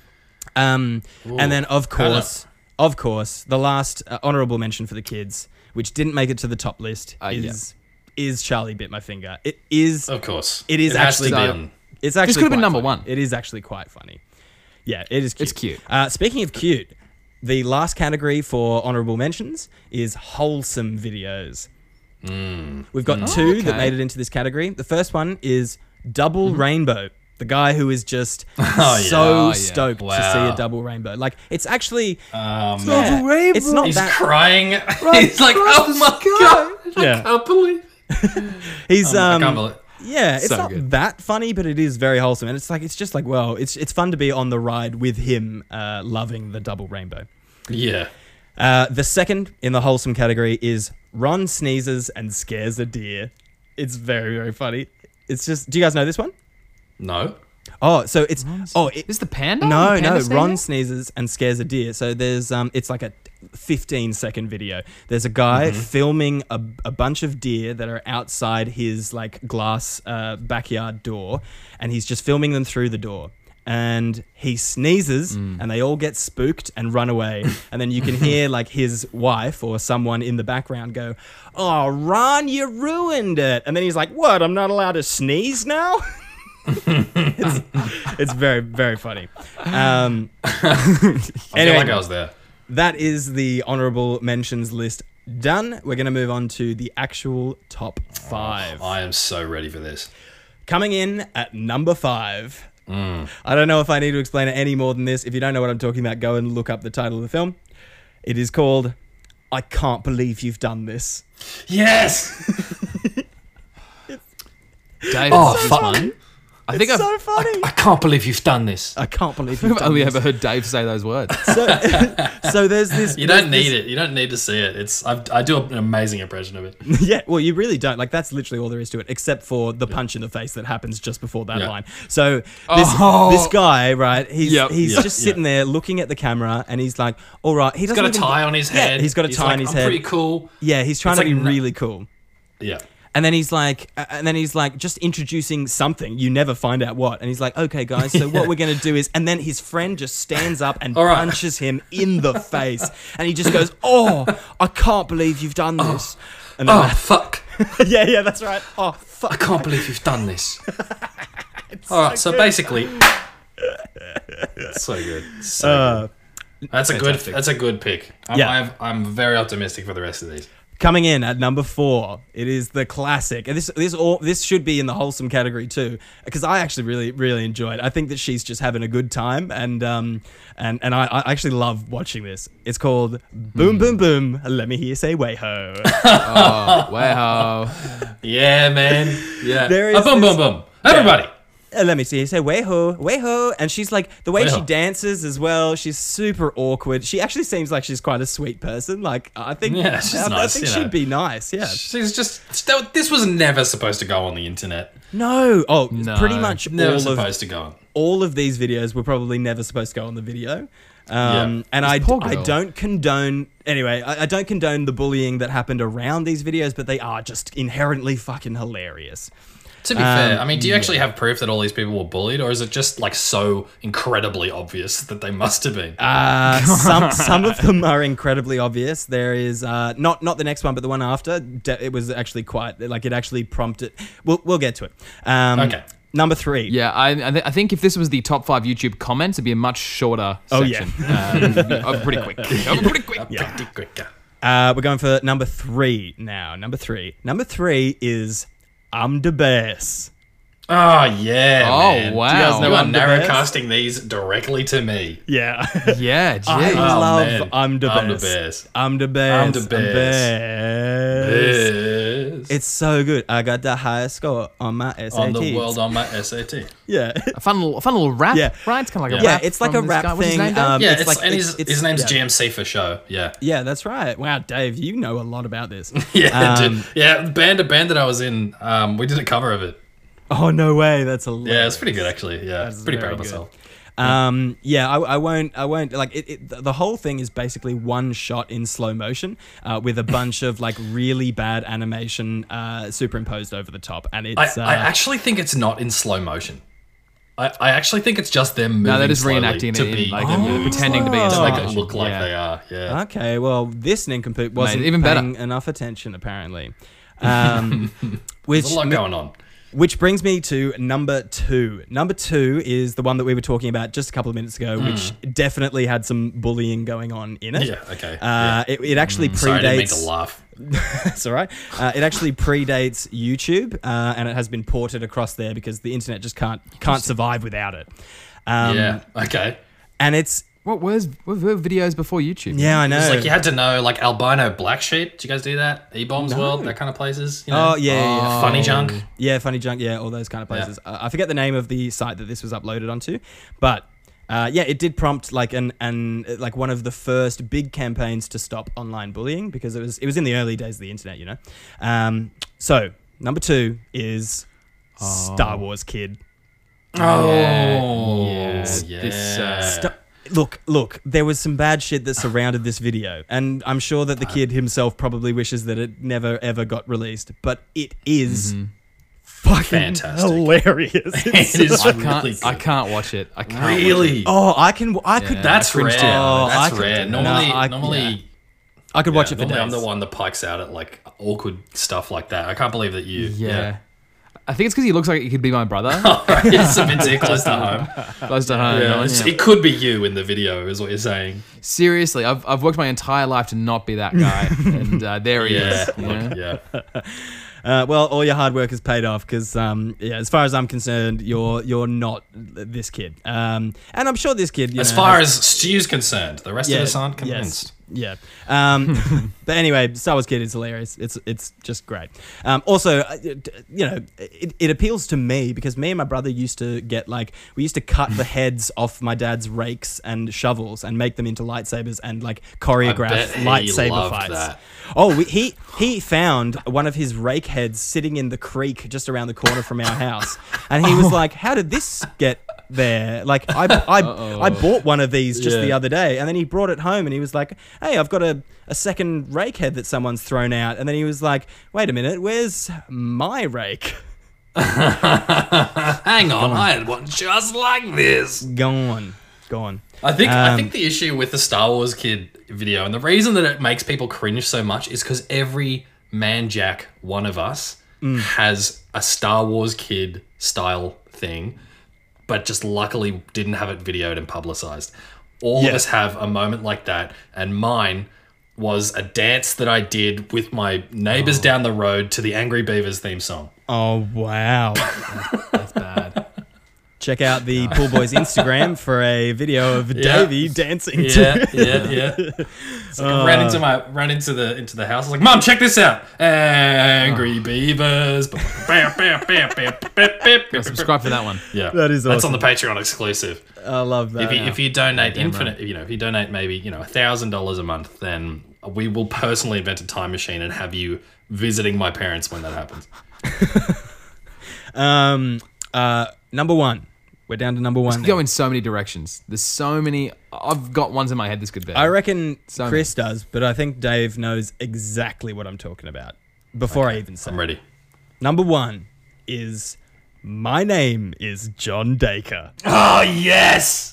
Speaker 1: Um, and then of course, of course, the last uh, honorable mention for the kids, which didn't make it to the top list,
Speaker 2: Uh, yeah.
Speaker 1: is is Charlie bit my finger. It is
Speaker 3: Of course,
Speaker 1: It is
Speaker 3: has to
Speaker 1: actually-
Speaker 3: be
Speaker 2: So-
Speaker 3: on-
Speaker 1: it's actually
Speaker 2: could've been
Speaker 1: quite
Speaker 2: number
Speaker 1: funny.
Speaker 2: one.
Speaker 1: It is actually quite funny. Yeah, it is. Cute.
Speaker 2: It's cute.
Speaker 1: Uh, speaking of cute, the last category for honorable mentions is wholesome videos.
Speaker 3: Mm.
Speaker 1: We've got two that
Speaker 2: Mm. okay. Mm-hmm.
Speaker 1: made it into this category. The first one is double rainbow. The guy who is just
Speaker 3: yeah.
Speaker 1: so
Speaker 2: Oh, yeah.
Speaker 1: stoked to
Speaker 3: Wow.
Speaker 1: see a double rainbow. Like it's actually
Speaker 3: Um,
Speaker 1: yeah,
Speaker 2: Double rainbow.
Speaker 1: It's not
Speaker 3: he's
Speaker 1: that
Speaker 3: crying. he's like, oh my god, I
Speaker 1: Yeah.
Speaker 3: can't believe. it."
Speaker 1: he's
Speaker 3: I
Speaker 1: um
Speaker 3: can't believe. it.
Speaker 1: yeah, it's
Speaker 2: So
Speaker 1: not
Speaker 2: good.
Speaker 1: that funny, but it is very wholesome, and it's like it's just like well, it's it's fun to be on the ride with him, uh, loving the double rainbow.
Speaker 3: Yeah.
Speaker 1: Uh, the second in the wholesome category is Ron sneezes and scares a deer. It's very very funny. It's just. Do you guys know this one?
Speaker 3: No.
Speaker 1: Oh, so it's oh it,
Speaker 2: Is the panda?
Speaker 1: no
Speaker 2: The
Speaker 1: no
Speaker 2: panda
Speaker 1: Ron
Speaker 2: sneezing?
Speaker 1: sneezes and scares a deer. So there's um it's like a 15 second video. There's a guy filming a, a bunch of deer that are outside his like glass uh, backyard door, and he's just filming them through the door. And he sneezes, and they all get spooked and run away. and then you can hear like his wife or someone in the background go, "Oh, Ron, you ruined it!" And then he's like, "What? I'm not allowed to sneeze now." it's, it's very very funny. Um,
Speaker 3: I
Speaker 1: Anyway.
Speaker 3: feel like I was there.
Speaker 1: that is the honorable mentions list done. We're going to move on to the actual top five.
Speaker 3: I am so ready for this.
Speaker 1: Coming in at number five. I don't know if I need to explain it any more than this. If you don't know what I'm talking about, go and look up the title of the film. It is called I Can't Believe You've Done This.
Speaker 3: Yes.
Speaker 2: David,
Speaker 3: Oh,
Speaker 2: this
Speaker 3: fuck.
Speaker 2: one. I think Oh,
Speaker 1: It's
Speaker 2: I've,
Speaker 1: so funny. I,
Speaker 3: can't believe you've done this.
Speaker 1: can't believe
Speaker 2: I've
Speaker 1: you've done
Speaker 2: only
Speaker 1: this.
Speaker 2: ever heard Dave say those words.
Speaker 1: So, so there's this.
Speaker 3: You don't need it. You don't need to see it. It's I've, I do an amazing impression of it.
Speaker 1: Yeah, well, you really don't. Like, that's literally all there is to it, except for the punch in the face that happens just before that
Speaker 3: Yeah.
Speaker 1: line. So this
Speaker 2: Oh.
Speaker 1: this guy, right? He's
Speaker 2: Yep.
Speaker 1: he's
Speaker 3: Yeah,
Speaker 1: just
Speaker 3: yeah.
Speaker 1: sitting there looking at the camera, and he's like, "All right." He
Speaker 3: He's
Speaker 1: doesn't
Speaker 3: got a
Speaker 1: even-
Speaker 3: tie on his head.
Speaker 1: Yeah, he's got a tie
Speaker 3: like,
Speaker 1: on his
Speaker 3: I'm
Speaker 1: head.
Speaker 3: Pretty cool.
Speaker 1: Yeah, he's trying
Speaker 3: It's
Speaker 1: to
Speaker 3: like
Speaker 1: be
Speaker 3: no-
Speaker 1: really cool.
Speaker 3: Yeah.
Speaker 1: And then he's like, uh, and then he's like, just introducing something. You never find out what. And he's like, okay, guys, so what we're gonna do is, and then his friend just stands up and
Speaker 3: All right.
Speaker 1: punches him in the face, and he just goes, "Oh, I can't believe you've done this." And then,
Speaker 3: Oh fuck!
Speaker 1: yeah, yeah, that's right. Oh,
Speaker 3: I
Speaker 1: fuck.
Speaker 3: can't believe you've done this. All right, so, basically, so good. So
Speaker 1: Uh,
Speaker 3: That's a good.
Speaker 1: Fantastic.
Speaker 3: That's a good pick. I'm,
Speaker 1: Yeah.
Speaker 3: I've, I'm very optimistic for the rest of these.
Speaker 1: Coming in at number four, it is the classic, and this this all this should be in the wholesome category too, because I actually really really enjoyed. I think that she's just having a good time, and um and and I, I actually love watching this. It's called Boom Boom Boom. Let me hear you say way ho.
Speaker 2: Oh, wow.
Speaker 3: Yeah, man.
Speaker 2: Yeah.
Speaker 1: There
Speaker 3: A
Speaker 1: is
Speaker 3: boom,
Speaker 1: this-
Speaker 3: boom, boom. Everybody.
Speaker 1: Uh, let me see. You say way ho, way ho, and she's like the way she
Speaker 3: Wayho.
Speaker 1: dances as well. She's super awkward. She actually seems like she's quite a sweet person. Like I think,
Speaker 3: Yeah, she's
Speaker 1: I, I
Speaker 3: nice,
Speaker 1: think
Speaker 3: you
Speaker 1: she'd
Speaker 3: know.
Speaker 1: be nice. Yeah.
Speaker 3: She's just. that- This was never supposed to go on the internet.
Speaker 1: No. Oh,
Speaker 2: No.
Speaker 1: pretty much
Speaker 3: Never
Speaker 1: all of
Speaker 3: supposed to go on.
Speaker 1: all of these videos were probably never supposed to go on the video. Um,
Speaker 3: Yeah.
Speaker 1: And I,
Speaker 2: poor
Speaker 1: I
Speaker 2: girl.
Speaker 1: don't condone, anyway, I, I don't condone the bullying that happened around these videos, but they are just inherently fucking hilarious.
Speaker 3: To be
Speaker 1: Um,
Speaker 3: fair, I mean, do you actually have proof that all these people were bullied, or is it just like so incredibly obvious that they must have been?
Speaker 2: Ah.
Speaker 1: Uh, some some of them are incredibly obvious. There is uh, not not the next one, but the one after. De- it was actually quite like it actually prompted. We'll we'll get to it. Um,
Speaker 3: Okay.
Speaker 1: Number three.
Speaker 2: Yeah, I, I, th- I think if this was the top five YouTube comments, it'd be a much shorter
Speaker 1: Oh, yeah.
Speaker 2: section. yeah. Um, pretty quick. Uh, pretty quick.
Speaker 3: Pretty quick.
Speaker 1: Uh, we're going for number three now. Number three. Number three is I'm the best.
Speaker 3: Oh yeah.
Speaker 2: Oh,
Speaker 3: man. Do you guys
Speaker 2: wow.
Speaker 3: know
Speaker 2: You
Speaker 1: are
Speaker 3: I'm
Speaker 1: the
Speaker 3: narrowcasting
Speaker 1: best.
Speaker 3: these directly to me?
Speaker 1: Yeah.
Speaker 2: Yeah,
Speaker 1: I
Speaker 2: geez.
Speaker 3: Oh,
Speaker 1: love
Speaker 3: man.
Speaker 1: I'm the
Speaker 3: I'm the
Speaker 1: best.
Speaker 3: best.
Speaker 1: I'm the best.
Speaker 3: the
Speaker 1: best.
Speaker 3: Yes.
Speaker 1: It's so good. I got the highest score on my SAT.
Speaker 3: on the world on my SAT.
Speaker 1: Yeah.
Speaker 2: a fun little, a fun little rap,
Speaker 1: Yeah.
Speaker 2: right? It's kind of like a
Speaker 1: Yeah,
Speaker 2: rap.
Speaker 1: it's like
Speaker 2: from
Speaker 1: a
Speaker 2: this
Speaker 1: rap
Speaker 2: guy. What's his
Speaker 1: thing,
Speaker 2: name, Dave?
Speaker 1: um,
Speaker 3: Yeah,
Speaker 1: It's
Speaker 3: it's,
Speaker 1: like-
Speaker 3: and
Speaker 1: it's-
Speaker 3: his,
Speaker 1: it's-
Speaker 3: his name's
Speaker 1: yeah.
Speaker 3: GMC for show. Yeah.
Speaker 1: Yeah, that's right. Wow, Dave, you know a lot about this.
Speaker 3: Yeah,
Speaker 1: Um,
Speaker 3: dude. yeah. the Band a band that I was in, um, we did a cover of it.
Speaker 1: Oh no way, that's a
Speaker 3: Yeah, it's pretty good actually. Yeah, pretty proud of
Speaker 1: very good.
Speaker 3: myself.
Speaker 1: Um, yeah, I, I won't. I won't. Like it, it, the whole thing is basically one shot in slow motion uh, with a bunch of like really bad animation uh, superimposed over the top, and
Speaker 3: I,
Speaker 1: it's. uh,
Speaker 3: I actually think it's not in slow motion. I, I actually think it's just them moving
Speaker 2: No, they're just
Speaker 3: slowly
Speaker 2: reenacting it,
Speaker 3: to
Speaker 2: in,
Speaker 3: be
Speaker 2: like
Speaker 3: to
Speaker 2: they're pretending to be.
Speaker 1: Oh.
Speaker 2: in slow
Speaker 3: make it
Speaker 2: motion.
Speaker 3: look like
Speaker 2: Yeah.
Speaker 3: they are. Yeah.
Speaker 1: uh, Okay, well, this nincompoop wasn't
Speaker 2: even better.
Speaker 1: paying enough attention apparently. Um, which
Speaker 3: There's a lot going on.
Speaker 1: Which brings me to number two. Number two is the one that we were talking about just a couple of minutes
Speaker 3: Hmm.
Speaker 1: ago, which definitely had some bullying going on in it.
Speaker 3: Yeah, okay,
Speaker 1: Uh,
Speaker 3: yeah. Hmm.
Speaker 1: It, it actually
Speaker 3: Sorry, I didn't mean to
Speaker 1: predates.
Speaker 3: laugh.
Speaker 1: That's all right. Uh, it actually predates YouTube, uh, and it has been ported across there because the internet just can't can't survive without it. Um,
Speaker 3: yeah. Okay.
Speaker 1: And it's
Speaker 2: What was what were videos before YouTube?
Speaker 1: yeah, I know.
Speaker 3: It's like you had to know like albino black sheep. Do you guys do that? E bombs world, that kind of places. You know?
Speaker 1: Oh yeah, yeah, yeah.
Speaker 3: Funny junk.
Speaker 1: Yeah, Funny Junk. Yeah, all those kind of places. Uh, I forget the name of the site that this was uploaded onto, but uh, yeah, it did prompt like an an like one of the first big campaigns to stop online bullying because it was it was in the early days of the internet, you know. Um, so number two is Star Wars Kid.
Speaker 3: Oh
Speaker 2: yeah, this, uh,
Speaker 1: Sta- Look, look, there was some bad shit that surrounded this video, and I'm sure that the kid himself probably wishes that it never ever got released, but it is fucking
Speaker 3: Fantastic.
Speaker 1: hilarious. It's
Speaker 3: it is
Speaker 2: I
Speaker 3: really
Speaker 2: can't.
Speaker 3: good.
Speaker 2: I can't watch it. I can't. watch it.
Speaker 3: really.
Speaker 1: Oh, I can. I could.
Speaker 2: Yeah.
Speaker 3: That's
Speaker 2: I
Speaker 3: rare.
Speaker 2: cringed too.
Speaker 1: Oh,
Speaker 3: That's
Speaker 1: I
Speaker 3: rare.
Speaker 1: could- no,
Speaker 3: Normally,
Speaker 1: I-
Speaker 3: normally,
Speaker 1: yeah. I could watch
Speaker 3: yeah,
Speaker 1: it for
Speaker 3: normally
Speaker 1: days.
Speaker 3: I'm the one that pikes out at like awkward stuff like that. I can't believe that you.
Speaker 2: Yeah. I think it's because he looks like he could be my brother.
Speaker 3: it's a bit too close to home.
Speaker 2: Close to home.
Speaker 3: Yeah,
Speaker 2: Yeah,
Speaker 3: it's- It could be you in the video, is what you're saying.
Speaker 2: Seriously, I've, I've worked my entire life to not be that guy, and uh, there he
Speaker 3: Yeah.
Speaker 2: is. you know?
Speaker 3: Look, yeah.
Speaker 1: Uh, well, all your hard work has paid off because, um, yeah, as far as I'm concerned, you're you're not this kid. Um, and I'm sure this kid. You
Speaker 3: As
Speaker 1: know,
Speaker 3: far
Speaker 1: has-
Speaker 3: as Stu's concerned, the rest of us aren't
Speaker 1: yes,
Speaker 3: convinced.
Speaker 1: Yeah. Um, but anyway, Star Wars Kid is hilarious. It's it's just great. Um, also, uh, it- you know, it, it appeals to me because me and my brother used to get like we used to cut the heads off my dad's rakes and shovels and make them into lightsabers and like choreograph
Speaker 3: bet he
Speaker 1: lightsaber
Speaker 3: loved
Speaker 1: fights.
Speaker 3: that.
Speaker 1: Oh, we, he he found one of his rake heads sitting in the creek just around the corner from our house, and he was like, "How did this get there?" Like I I, I bought one of these just the
Speaker 3: Yeah.
Speaker 1: other day, and then he brought it home, and he was like, "Hey, I've got a a second rake head that someone's thrown out," and then he was like, "Wait a minute, where's my rake?"
Speaker 3: Hang on, I had one just like this.
Speaker 1: Gone, gone.
Speaker 3: I think
Speaker 1: Um,
Speaker 3: I think the issue with the Star Wars kid video and the reason that it makes people cringe so much is because every man jack one of us
Speaker 1: Mm.
Speaker 3: has a Star Wars kid style thing, but just luckily didn't have it videoed and publicized. all
Speaker 1: Yeah.
Speaker 3: of us have a moment like that, and mine was a dance that I did with my neighbors down the road to the Angry Beavers theme song.
Speaker 1: Oh wow!
Speaker 2: That's bad.
Speaker 1: Check out the Pool Boys Instagram for a video of Davey dancing. to
Speaker 3: Yeah, yeah, yeah. So I ran into my ran into the into the house. I was like, "Mom, check this out! Angry Beavers."
Speaker 2: Subscribe for that one.
Speaker 3: yeah,
Speaker 1: That is
Speaker 3: that's
Speaker 1: awesome.
Speaker 3: on the Patreon exclusive.
Speaker 1: I love that.
Speaker 3: If you, if you donate infinite, you know, if you donate maybe you know a thousand dollars a month, then we will personally invent a time machine and have you visiting my parents when that happens.
Speaker 1: um, uh, number one. We're down to number one.
Speaker 2: You
Speaker 1: now.
Speaker 2: go in so many directions. There's so many. I've got ones in my head this could be.
Speaker 1: I reckon
Speaker 2: So
Speaker 1: Chris does, but I think Dave knows exactly what I'm talking about before I even say.
Speaker 3: I'm
Speaker 1: it.
Speaker 3: ready.
Speaker 1: Number one is my name is John Dacre.
Speaker 3: Oh yes,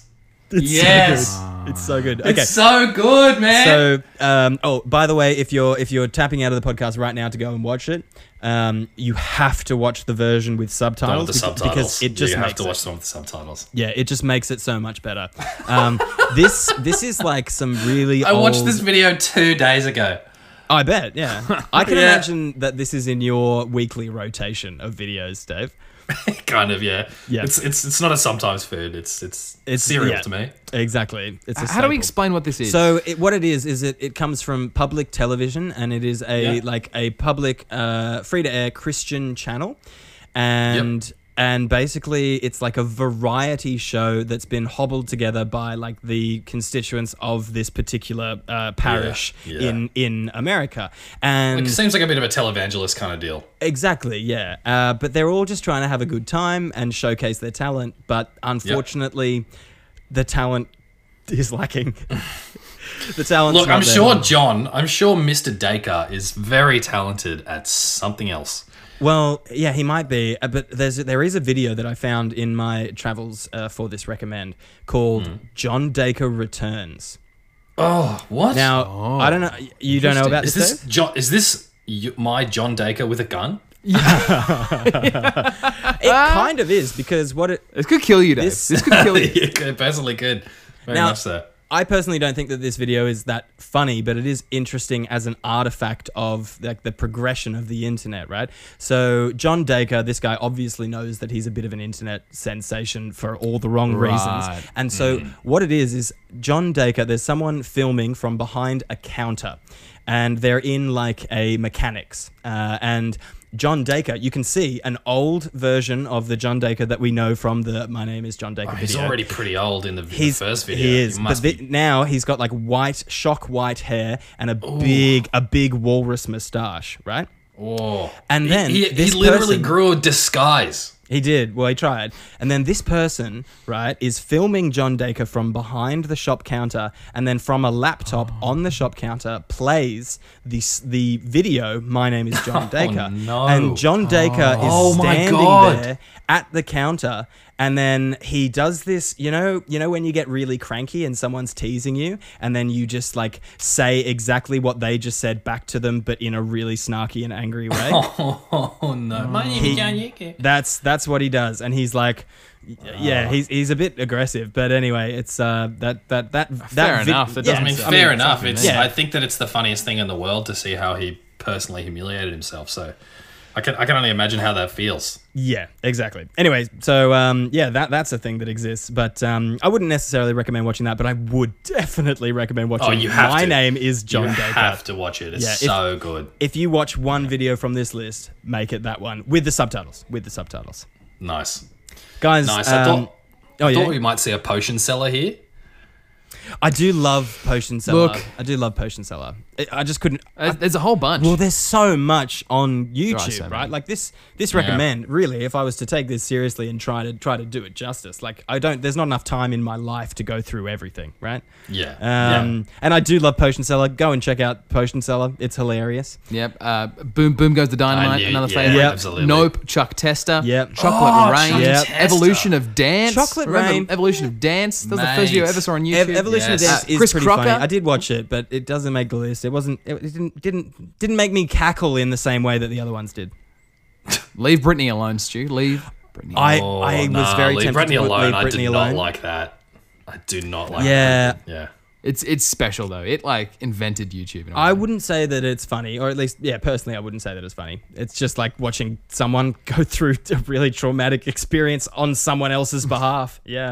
Speaker 1: It's
Speaker 3: Yes.
Speaker 1: so good. It's so good. Okay.
Speaker 3: so good, man.
Speaker 1: So, um, oh, by the way, if you're if you're tapping out of the podcast right now to go and watch it, um, you have to watch the version with
Speaker 3: One
Speaker 1: subtitles,
Speaker 3: with the
Speaker 1: bec-
Speaker 3: subtitles
Speaker 1: because it just
Speaker 3: you have
Speaker 1: makes
Speaker 3: to
Speaker 1: it,
Speaker 3: watch some of the subtitles.
Speaker 1: yeah, it just makes it so much better. Um, this this is like some really
Speaker 3: I watched this
Speaker 1: old-
Speaker 3: video two days ago.
Speaker 1: I bet, yeah. I can
Speaker 3: Yeah.
Speaker 1: imagine that this is in your weekly rotation of videos, Dave.
Speaker 3: kind of, yeah.
Speaker 1: Yeah.
Speaker 3: It's it's it's not a sometimes food. It's it's
Speaker 1: It's-
Speaker 3: it's cereal
Speaker 1: yeah.
Speaker 3: to me.
Speaker 1: Exactly. It's a
Speaker 2: How do we
Speaker 1: staple.
Speaker 2: explain what this is?
Speaker 1: So it, what it is is it, it comes from public television and it is a
Speaker 3: Yeah.
Speaker 1: like a public uh, free to air Christian channel, and and basically it's like a variety show that's been hobbled together by like the constituents of this particular uh, parish
Speaker 3: Yeah.
Speaker 1: in in America, and
Speaker 3: It seems like a bit of a televangelist kind of deal.
Speaker 1: Exactly, yeah. Uh, but they're all just trying to have a good time and showcase their talent. But unfortunately, the talent is lacking. the talent.
Speaker 3: Look, I'm sure John, I'm sure Mr. Dacre is very talented at something else.
Speaker 1: Well, yeah, he might be. Uh, but there's there is a video that I found in my travels uh, for this recommend called
Speaker 3: Hmm.
Speaker 1: "John Dacre Returns."
Speaker 3: Oh, what?
Speaker 1: Now, I don't know. You don't know about
Speaker 3: is
Speaker 1: this?
Speaker 3: this
Speaker 1: Dave?
Speaker 3: John? Is this y my John Dacre with a gun?
Speaker 1: It
Speaker 3: Ah!
Speaker 1: kind of is because what it
Speaker 2: this could kill you, Dave.
Speaker 1: This-
Speaker 2: This, could kill you.
Speaker 3: yeah, good, personally good. Very
Speaker 1: Now-
Speaker 3: much so.
Speaker 1: I personally don't think that this video is that funny, but it is interesting as an artifact of like the progression of the internet, right? So John Dacre, this guy obviously knows that he's a bit of an internet sensation for all the wrong
Speaker 2: Right.
Speaker 1: reasons. And so
Speaker 3: Hmm.
Speaker 1: what it is is John Dacre, there's someone filming from behind a counter and they're in like a mechanics. Uh, and John Dacre, you can see an old version of the John Dacre that we know from the My Name is John Dacre
Speaker 3: Oh, He's
Speaker 1: video
Speaker 3: already pretty old in the, the
Speaker 1: he's
Speaker 3: first video.
Speaker 1: He is,
Speaker 3: must
Speaker 1: but
Speaker 3: be-
Speaker 1: thi- now he's got like white, shock white hair and a big, a big walrus moustache, right?
Speaker 3: Whoa.
Speaker 1: And
Speaker 3: He-
Speaker 1: then
Speaker 3: he, he
Speaker 1: this
Speaker 3: literally
Speaker 1: person-
Speaker 3: grew a disguise.
Speaker 1: He did. Well, he tried. And then this person, right, is filming John Dacre from behind the shop counter, and then from a laptop
Speaker 3: Oh.
Speaker 1: on the shop counter plays the s- the video. My name is John Dacre,
Speaker 3: Oh, no.
Speaker 1: and John Dacre
Speaker 3: Oh
Speaker 1: is
Speaker 3: my
Speaker 1: standing
Speaker 3: God.
Speaker 1: there at the counter, and then he does this. You know, you know when you get really cranky and someone's teasing you, and then you just like say exactly what they just said back to them, but in a really snarky and angry way.
Speaker 3: Oh no. My name is John Dacre.
Speaker 1: That's that's what he does, and he's like, y- yeah,
Speaker 3: Uh.
Speaker 1: he's he's a bit aggressive, but anyway, it's uh that that that that
Speaker 2: Fair
Speaker 1: vid-
Speaker 2: enough, it
Speaker 1: yeah,
Speaker 2: doesn't
Speaker 3: I mean,
Speaker 2: So-
Speaker 3: fair
Speaker 2: I mean,
Speaker 3: enough.
Speaker 2: fucking
Speaker 3: It's.
Speaker 1: yeah.
Speaker 3: I think that it's the funniest thing in the world to see how he personally humiliated himself. So, I can I can only imagine how that feels.
Speaker 1: yeah, exactly. Anyways, so um yeah, that that's a thing that exists, but um I wouldn't necessarily recommend watching that, but I would definitely recommend watching.
Speaker 3: Oh, you have
Speaker 1: My
Speaker 3: to.
Speaker 1: name is John
Speaker 3: you
Speaker 1: Dacre.
Speaker 3: have to watch it. It's
Speaker 1: Yeah, if-
Speaker 3: so good.
Speaker 1: If you watch one video from this list, make it that one with the subtitles. With the subtitles,
Speaker 3: Nice.
Speaker 1: guys.
Speaker 3: Nice. I
Speaker 1: um,
Speaker 3: thought.
Speaker 1: oh
Speaker 3: I thought
Speaker 1: yeah,
Speaker 3: we might see a potion seller here.
Speaker 1: I do love Potion Seller.
Speaker 2: Look.
Speaker 1: I do love Potion Seller. I- I just couldn't.
Speaker 2: Uh, There's a whole bunch.
Speaker 1: Well, there's so much on YouTube,
Speaker 2: so many.
Speaker 1: right? Like this, this recommend really. If I was to take this seriously and try to try to do it justice, like I don't. There's not enough time in my life to go through everything, right?
Speaker 3: Yeah.
Speaker 1: Um, and I do love Potion Seller. Go and check out Potion Seller. It's hilarious.
Speaker 2: Yep. Uh, boom, boom goes the
Speaker 3: I
Speaker 2: dynamite.
Speaker 3: knew-
Speaker 2: another
Speaker 3: yeah,
Speaker 2: favorite.
Speaker 1: Yep.
Speaker 3: absolutely.
Speaker 2: Nope. Chuck Tester.
Speaker 1: Yep.
Speaker 2: Chocolate
Speaker 3: Oh,
Speaker 2: rain.
Speaker 3: Chuck
Speaker 1: Yep.
Speaker 3: Tester.
Speaker 2: Evolution of dance.
Speaker 1: Chocolate
Speaker 2: Remember
Speaker 1: Rain.
Speaker 2: Evolution of dance. That was the first video I
Speaker 3: Mate.
Speaker 2: ever saw on
Speaker 1: Ev-
Speaker 2: YouTube.
Speaker 1: Evolution of
Speaker 3: yes.
Speaker 1: Dance is
Speaker 2: Uh, Chris
Speaker 1: pretty
Speaker 2: Crocker?
Speaker 1: funny. I did watch it, but it doesn't make the list. It wasn't. It, it didn't didn't didn't make me cackle in the same way that the other ones did.
Speaker 2: Leave Britney alone, Stu. Leave Britney.
Speaker 1: I
Speaker 2: alone.
Speaker 1: I was
Speaker 3: Oh, nah,
Speaker 1: very
Speaker 3: leave
Speaker 1: tempted
Speaker 3: Britney
Speaker 1: to put
Speaker 3: alone.
Speaker 1: Leave
Speaker 3: I
Speaker 1: Britney
Speaker 3: did
Speaker 1: alone.
Speaker 3: not like that. I do not like.
Speaker 1: Yeah.
Speaker 3: Recruitment. Yeah.
Speaker 2: It's it's special though. It like invented YouTube. In a
Speaker 1: I
Speaker 2: way.
Speaker 1: wouldn't say that it's funny, or at least, yeah, personally, I wouldn't say that it's funny. It's just like watching someone go through a really traumatic experience on someone else's behalf. Yeah.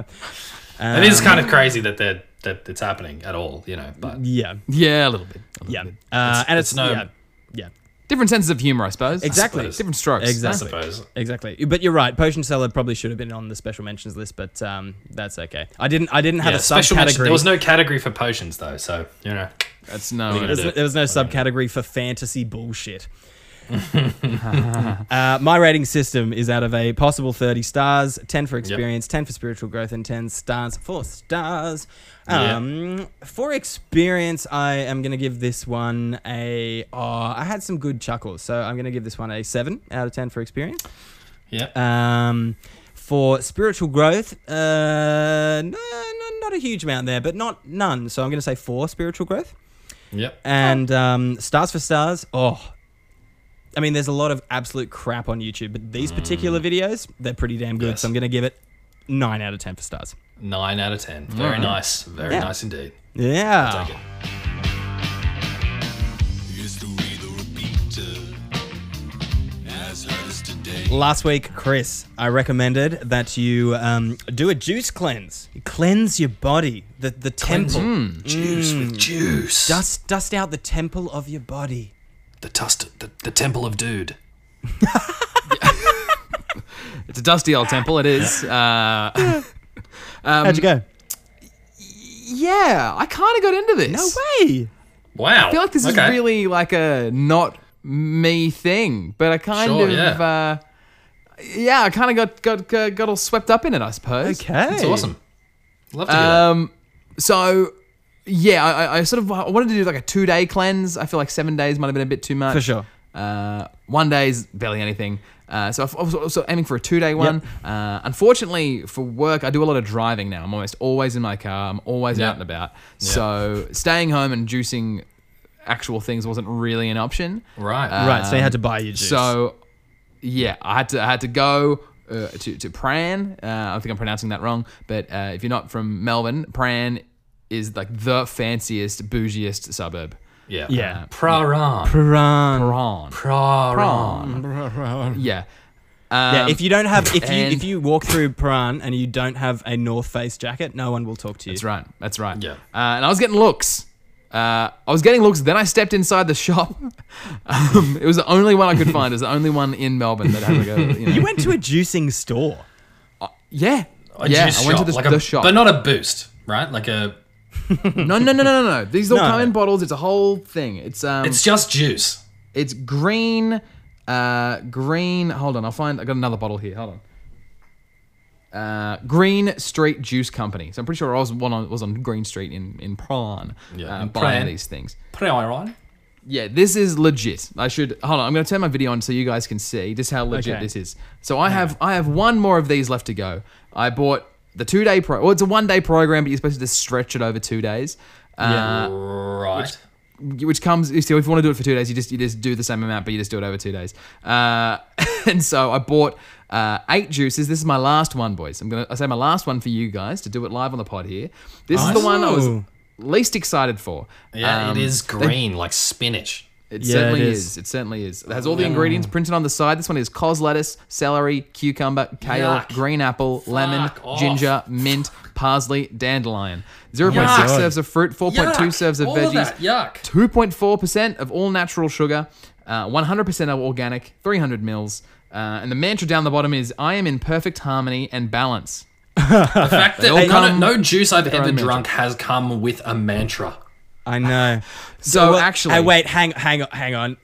Speaker 1: Um,
Speaker 3: it is kind of crazy that they're that it's happening at all. You know, but
Speaker 1: Yeah.
Speaker 2: yeah, a little bit. a little
Speaker 1: Yeah.
Speaker 2: bit.
Speaker 1: Uh, and it's,
Speaker 3: it's no-
Speaker 1: yeah. Yeah.
Speaker 2: Different senses of humor, I suppose.
Speaker 1: Exactly.
Speaker 3: suppose.
Speaker 2: Different strokes.
Speaker 3: I
Speaker 1: Exactly.
Speaker 3: suppose
Speaker 1: Exactly, but you're right. Potion Seller probably should have been on the special mentions list, but um, that's okay. I didn't. I didn't have
Speaker 3: yeah,
Speaker 1: a
Speaker 3: special mention.
Speaker 1: subcategory.
Speaker 3: There was no category for potions though, so you know.
Speaker 2: That's no.
Speaker 3: What are you
Speaker 1: There's-
Speaker 3: Yeah.
Speaker 1: there was no subcategory for fantasy bullshit. uh, my rating system is out of a possible 30 stars, 10 for experience, 10 for spiritual growth, and 10 stars for stars.
Speaker 3: Yeah.
Speaker 1: Um, For experience, I am going to give this one a. Oh, I had some good chuckles, so I'm going to give this one a 7 out of 10 for experience.
Speaker 3: Yeah.
Speaker 2: Uh,
Speaker 1: Um, for spiritual growth, uh, no, no, not a huge amount there, but not none. So I'm going to say 4 spiritual growth.
Speaker 3: Yep.
Speaker 1: And um, Stars for Stars, oh. I mean, there's a lot of absolute crap on YouTube, but these particular videos, they're pretty damn good.
Speaker 3: Yes.
Speaker 1: So I'm going to give it 9 out of 10 for stars.
Speaker 3: Nine out of ten. Very
Speaker 2: Alright.
Speaker 3: nice. Very
Speaker 1: Yeah.
Speaker 3: nice indeed.
Speaker 1: Yeah.
Speaker 3: Take it.
Speaker 4: History the repeater has hurt us today.
Speaker 1: Last week, Chris, I recommended that you um, do a juice cleanse. You cleanse your body, the, the temple.
Speaker 2: Mm.
Speaker 3: Juice with juice.
Speaker 1: Dust, dust out the temple of your body.
Speaker 3: the dust. The, the temple of dude.
Speaker 2: It's a dusty old temple. It is. Uh,
Speaker 1: How'd you go?
Speaker 2: yeah, I kind of got into this.
Speaker 1: No way.
Speaker 3: Wow.
Speaker 2: I feel like this is really like a not me thing, but I kind
Speaker 3: Sure,
Speaker 2: of yeah. Uh, yeah, I kind of got got got all swept up in it, I suppose.
Speaker 1: Okay.
Speaker 3: It's awesome. Love to hear that.
Speaker 2: Um, so yeah, I, I- I sort of I wanted to do like a two day cleanse. I feel like seven days might have been a bit too much
Speaker 1: For sure.
Speaker 2: Uh, one day is barely anything. Uh, so I f- I was also aiming for a two day one. Uh, unfortunately, for work, I do a lot of driving now. I'm almost always in my car. I'm always
Speaker 3: Yeah.
Speaker 2: out and about. So staying home and juicing actual things wasn't really an option.
Speaker 3: Right.
Speaker 2: uh,
Speaker 1: right, so you had to buy your juice.
Speaker 2: So, yeah, I had to I had to go uh, to to Pran. Uh, I think I'm pronouncing that wrong, but uh, if you're not from Melbourne, Pran is like the fanciest, bougiest suburb.
Speaker 3: yeah.
Speaker 1: yeah.
Speaker 3: Praran.
Speaker 1: Piran.
Speaker 2: Pran.
Speaker 3: Praran.
Speaker 2: Pran. Yeah.
Speaker 1: Yeah,
Speaker 2: Um,
Speaker 1: if you don't have if you
Speaker 2: and-
Speaker 1: if you walk through Paran and you don't have a North Face jacket, no one will talk to you.
Speaker 2: That's right. That's right.
Speaker 3: Yeah.
Speaker 2: Uh, and I was getting looks. Uh, I was getting looks. Then I stepped inside the shop. Um, it was the only one I could find. It was the only one in Melbourne that had like a. You know,
Speaker 1: You went to a juicing store.
Speaker 2: yeah.
Speaker 3: A
Speaker 2: yeah.
Speaker 3: juice
Speaker 2: I went
Speaker 3: shop,
Speaker 2: to the,
Speaker 3: like a,
Speaker 2: the shop.
Speaker 3: But not a boost, right? Like a.
Speaker 2: no, no, no, no, no, no. These all
Speaker 1: No.
Speaker 2: come in bottles. It's a whole thing. It's um.
Speaker 3: It's just juice.
Speaker 2: It's green, uh, green. Hold on, I'll find. I got another bottle here. Hold on. Uh, Green Street Juice Company. So I'm pretty sure I was one on was on Green Street in in Prawn,
Speaker 3: Yeah,
Speaker 2: uh,
Speaker 3: in
Speaker 2: buying
Speaker 3: Prawn.
Speaker 2: these things.
Speaker 3: Praran.
Speaker 2: Yeah, this is legit. I should hold on. I'm going to turn my video on so you guys can see just how legit
Speaker 1: Okay.
Speaker 2: this is. So I have I have one more of these left to go. I bought the two day pro. Well, it's a one day program, but you're supposed to just stretch it over two days. Uh,
Speaker 3: Right.
Speaker 2: which comes so if you want to do it for two days, you just you just do the same amount, but you just do it over two days. Uh, and so I bought uh, eight juices. This is my last one, boys. I'm gonna I say my last one for you guys to do it live on the pod here. This is the one I was
Speaker 1: Ooh.
Speaker 2: least excited for.
Speaker 3: Yeah,
Speaker 2: Um,
Speaker 3: it is green, like spinach.
Speaker 2: It
Speaker 1: Yeah,
Speaker 2: certainly
Speaker 1: it
Speaker 2: is.
Speaker 1: is.
Speaker 2: It certainly is. It has
Speaker 3: Oh.
Speaker 2: all the ingredients printed on the side. This one is cos lettuce, celery, cucumber, kale,
Speaker 3: Yuck.
Speaker 2: green apple, lemon,
Speaker 3: Fuck off.
Speaker 2: ginger, mint, parsley, dandelion. 0.6
Speaker 1: Yuck.
Speaker 2: serves of fruit, 4.2
Speaker 3: Yuck.
Speaker 2: serves of
Speaker 3: All of
Speaker 2: veggies,
Speaker 3: that. Yuck.
Speaker 2: 2.4% of all natural sugar, uh, 100% of organic, 300 mils. Uh, and the mantra down the bottom is I am in perfect harmony and balance.
Speaker 3: The fact that
Speaker 2: all
Speaker 3: none,
Speaker 2: come
Speaker 3: no juice I've ever
Speaker 2: own mantra.
Speaker 3: drunk has come with a mantra.
Speaker 1: I know.
Speaker 2: So,
Speaker 1: well,
Speaker 2: actually,
Speaker 1: hey, wait, hang, hang, on, hang on.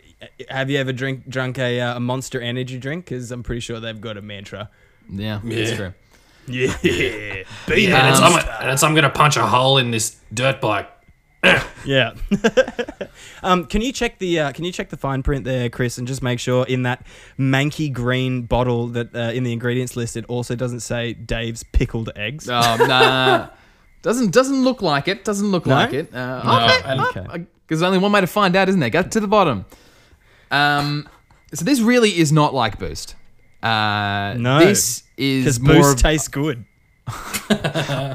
Speaker 1: Have you ever drink drunk a, uh, a Monster Energy drink? Because I'm pretty sure they've got a mantra.
Speaker 2: Yeah, that's
Speaker 3: Yeah.
Speaker 2: true.
Speaker 1: Yeah, Um,
Speaker 3: Yeah,
Speaker 2: Um,
Speaker 3: and, it's, I'm, and it's I'm gonna punch a hole in this dirt bike.
Speaker 1: yeah. um, can you check the uh, Can you check the fine print there, Chris, and just make sure in that manky green bottle that uh, in the ingredients list, it also doesn't say Dave's pickled eggs.
Speaker 2: Um, nah. Doesn't doesn't look like it. Doesn't look like it. Uh,
Speaker 3: and-
Speaker 2: Because there's only one way to find out, isn't there? Get to the bottom. Um, so this really is not like Boost. Uh,
Speaker 1: No,
Speaker 2: this is
Speaker 1: Because
Speaker 2: more.
Speaker 1: boost
Speaker 2: of-
Speaker 1: tastes good.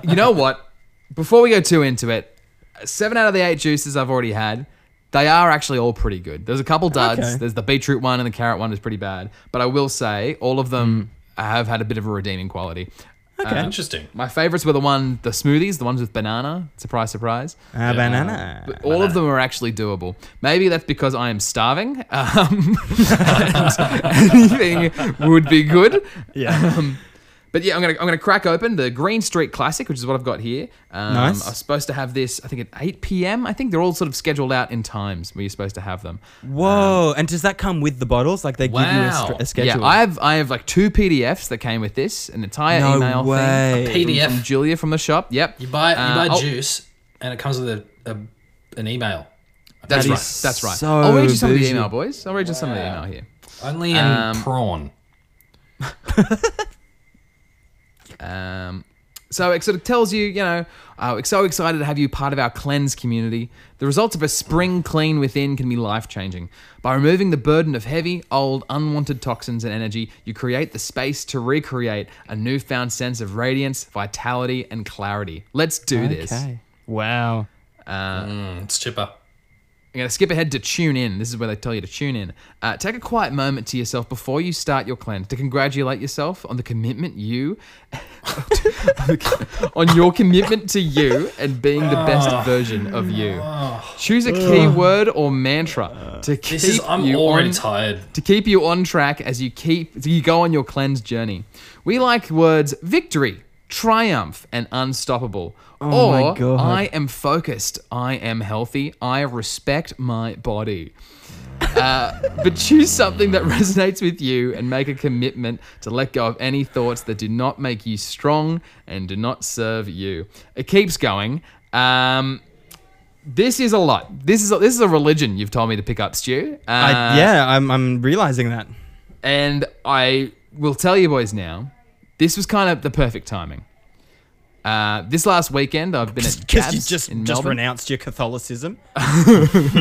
Speaker 2: you know what? before we go too into it, seven out of the eight juices I've already had, they are actually all pretty good. There's a couple duds.
Speaker 1: Okay.
Speaker 2: There's the beetroot one and the carrot one is pretty bad. But I will say all of them
Speaker 1: Mm.
Speaker 2: have had a bit of a redeeming quality. uh,
Speaker 1: Okay.
Speaker 3: Interesting.
Speaker 2: My favorites were the one, the smoothies, the ones with banana. Surprise, surprise.
Speaker 1: A banana.
Speaker 2: But all of them are actually doable. Maybe that's because I am starving. Um, and anything would be good.
Speaker 1: Yeah.
Speaker 2: Um, but yeah, I'm gonna I'm gonna crack open the Green Street Classic, which is what I've got here. Um,
Speaker 1: Nice.
Speaker 2: I was supposed to have this, I think at 8 p.m. I think they're all sort of scheduled out in times where you're supposed to have them.
Speaker 1: Whoa. and does that come with the bottles? Like they give you a,
Speaker 3: Wow.
Speaker 1: str- a schedule?
Speaker 2: Yeah, I have I have like two PDFs that came with this, an entire
Speaker 1: no
Speaker 2: email thing
Speaker 1: way.
Speaker 3: P- PDF.
Speaker 2: from Julia from the shop. Yep,
Speaker 3: You buy
Speaker 2: Uh,
Speaker 3: you buy
Speaker 2: I'll-
Speaker 3: juice, and it comes with a, a an email.
Speaker 2: That's
Speaker 1: That
Speaker 2: right.
Speaker 1: is
Speaker 2: That's right.
Speaker 1: so
Speaker 2: I'll read you some of the
Speaker 1: bougie.
Speaker 2: email, boys. I'll read you some of the
Speaker 3: Wow.
Speaker 2: email here.
Speaker 3: Only in
Speaker 2: Um,
Speaker 3: prawn.
Speaker 2: Um, so it sort of tells you, you know, uh, we're so excited to have you part of our cleanse community. The results of a spring clean within can be life changing. By removing the burden of heavy, old, unwanted toxins and energy, you create the space to recreate a newfound sense of radiance, vitality, and clarity. Let's do this. I'm
Speaker 1: Okay. Wow.
Speaker 3: Mm, it's chipper.
Speaker 2: going to skip ahead to tune in. This is where they tell you to tune in. Uh, take a quiet moment to yourself before you start your cleanse to congratulate yourself on the commitment you on your commitment to you and being the best version of you. Choose a keyword or mantra to keep
Speaker 3: This is. I'm
Speaker 2: you
Speaker 3: already
Speaker 2: on,
Speaker 3: tired.
Speaker 2: to keep you on track as you keep as you go on your cleanse journey. We like words victory, triumph, and unstoppable.
Speaker 1: Oh my
Speaker 2: or
Speaker 1: God.
Speaker 2: I am focused. I am healthy. I respect my body. Uh, but choose something that resonates with you and make a commitment to let go of any thoughts that do not make you strong and do not serve you. It keeps going. Um, this is a lot. This is a, this is a religion you've told me to pick up, Stu. Uh,
Speaker 1: I, yeah, I'm, I'm realizing that.
Speaker 2: and I will tell you boys now, this was kind of the perfect timing. Uh, this last weekend, I've been at
Speaker 1: Because you
Speaker 2: Gabs
Speaker 1: just,
Speaker 2: in
Speaker 1: just
Speaker 2: Melbourne.
Speaker 1: renounced your Catholicism.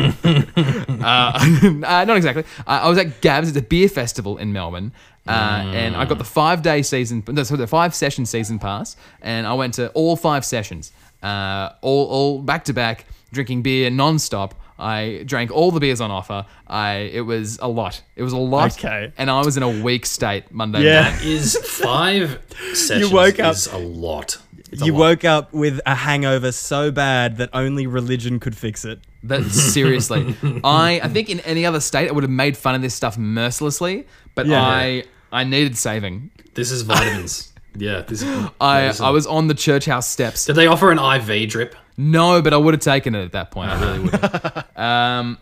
Speaker 2: uh, not exactly. Uh, I was at Gabs. It's a beer festival in Melbourne, uh, and I got
Speaker 1: Mm.
Speaker 2: the five day season. No, sorry, the five session season pass, and I went to all five sessions, uh, all all back to back, drinking beer non-stop. I drank all the beers on offer. I it was a lot. It was a lot.
Speaker 1: Okay.
Speaker 2: And I was in a weak state Monday
Speaker 1: Yeah.
Speaker 2: night.
Speaker 3: That is five sessions.
Speaker 1: woke up-
Speaker 3: Is a lot.
Speaker 1: You woke up with a hangover so bad that only religion could fix it.
Speaker 2: That seriously, I I think in any other state I would have made fun of this stuff mercilessly, but
Speaker 1: Yeah.
Speaker 2: I I needed saving.
Speaker 3: This is vitamins. yeah. This. Is,
Speaker 2: I
Speaker 3: this is-
Speaker 2: I was on the church house steps.
Speaker 3: Did they offer an IV drip?
Speaker 2: No, but I would have taken it at that point. I really would. Have. um,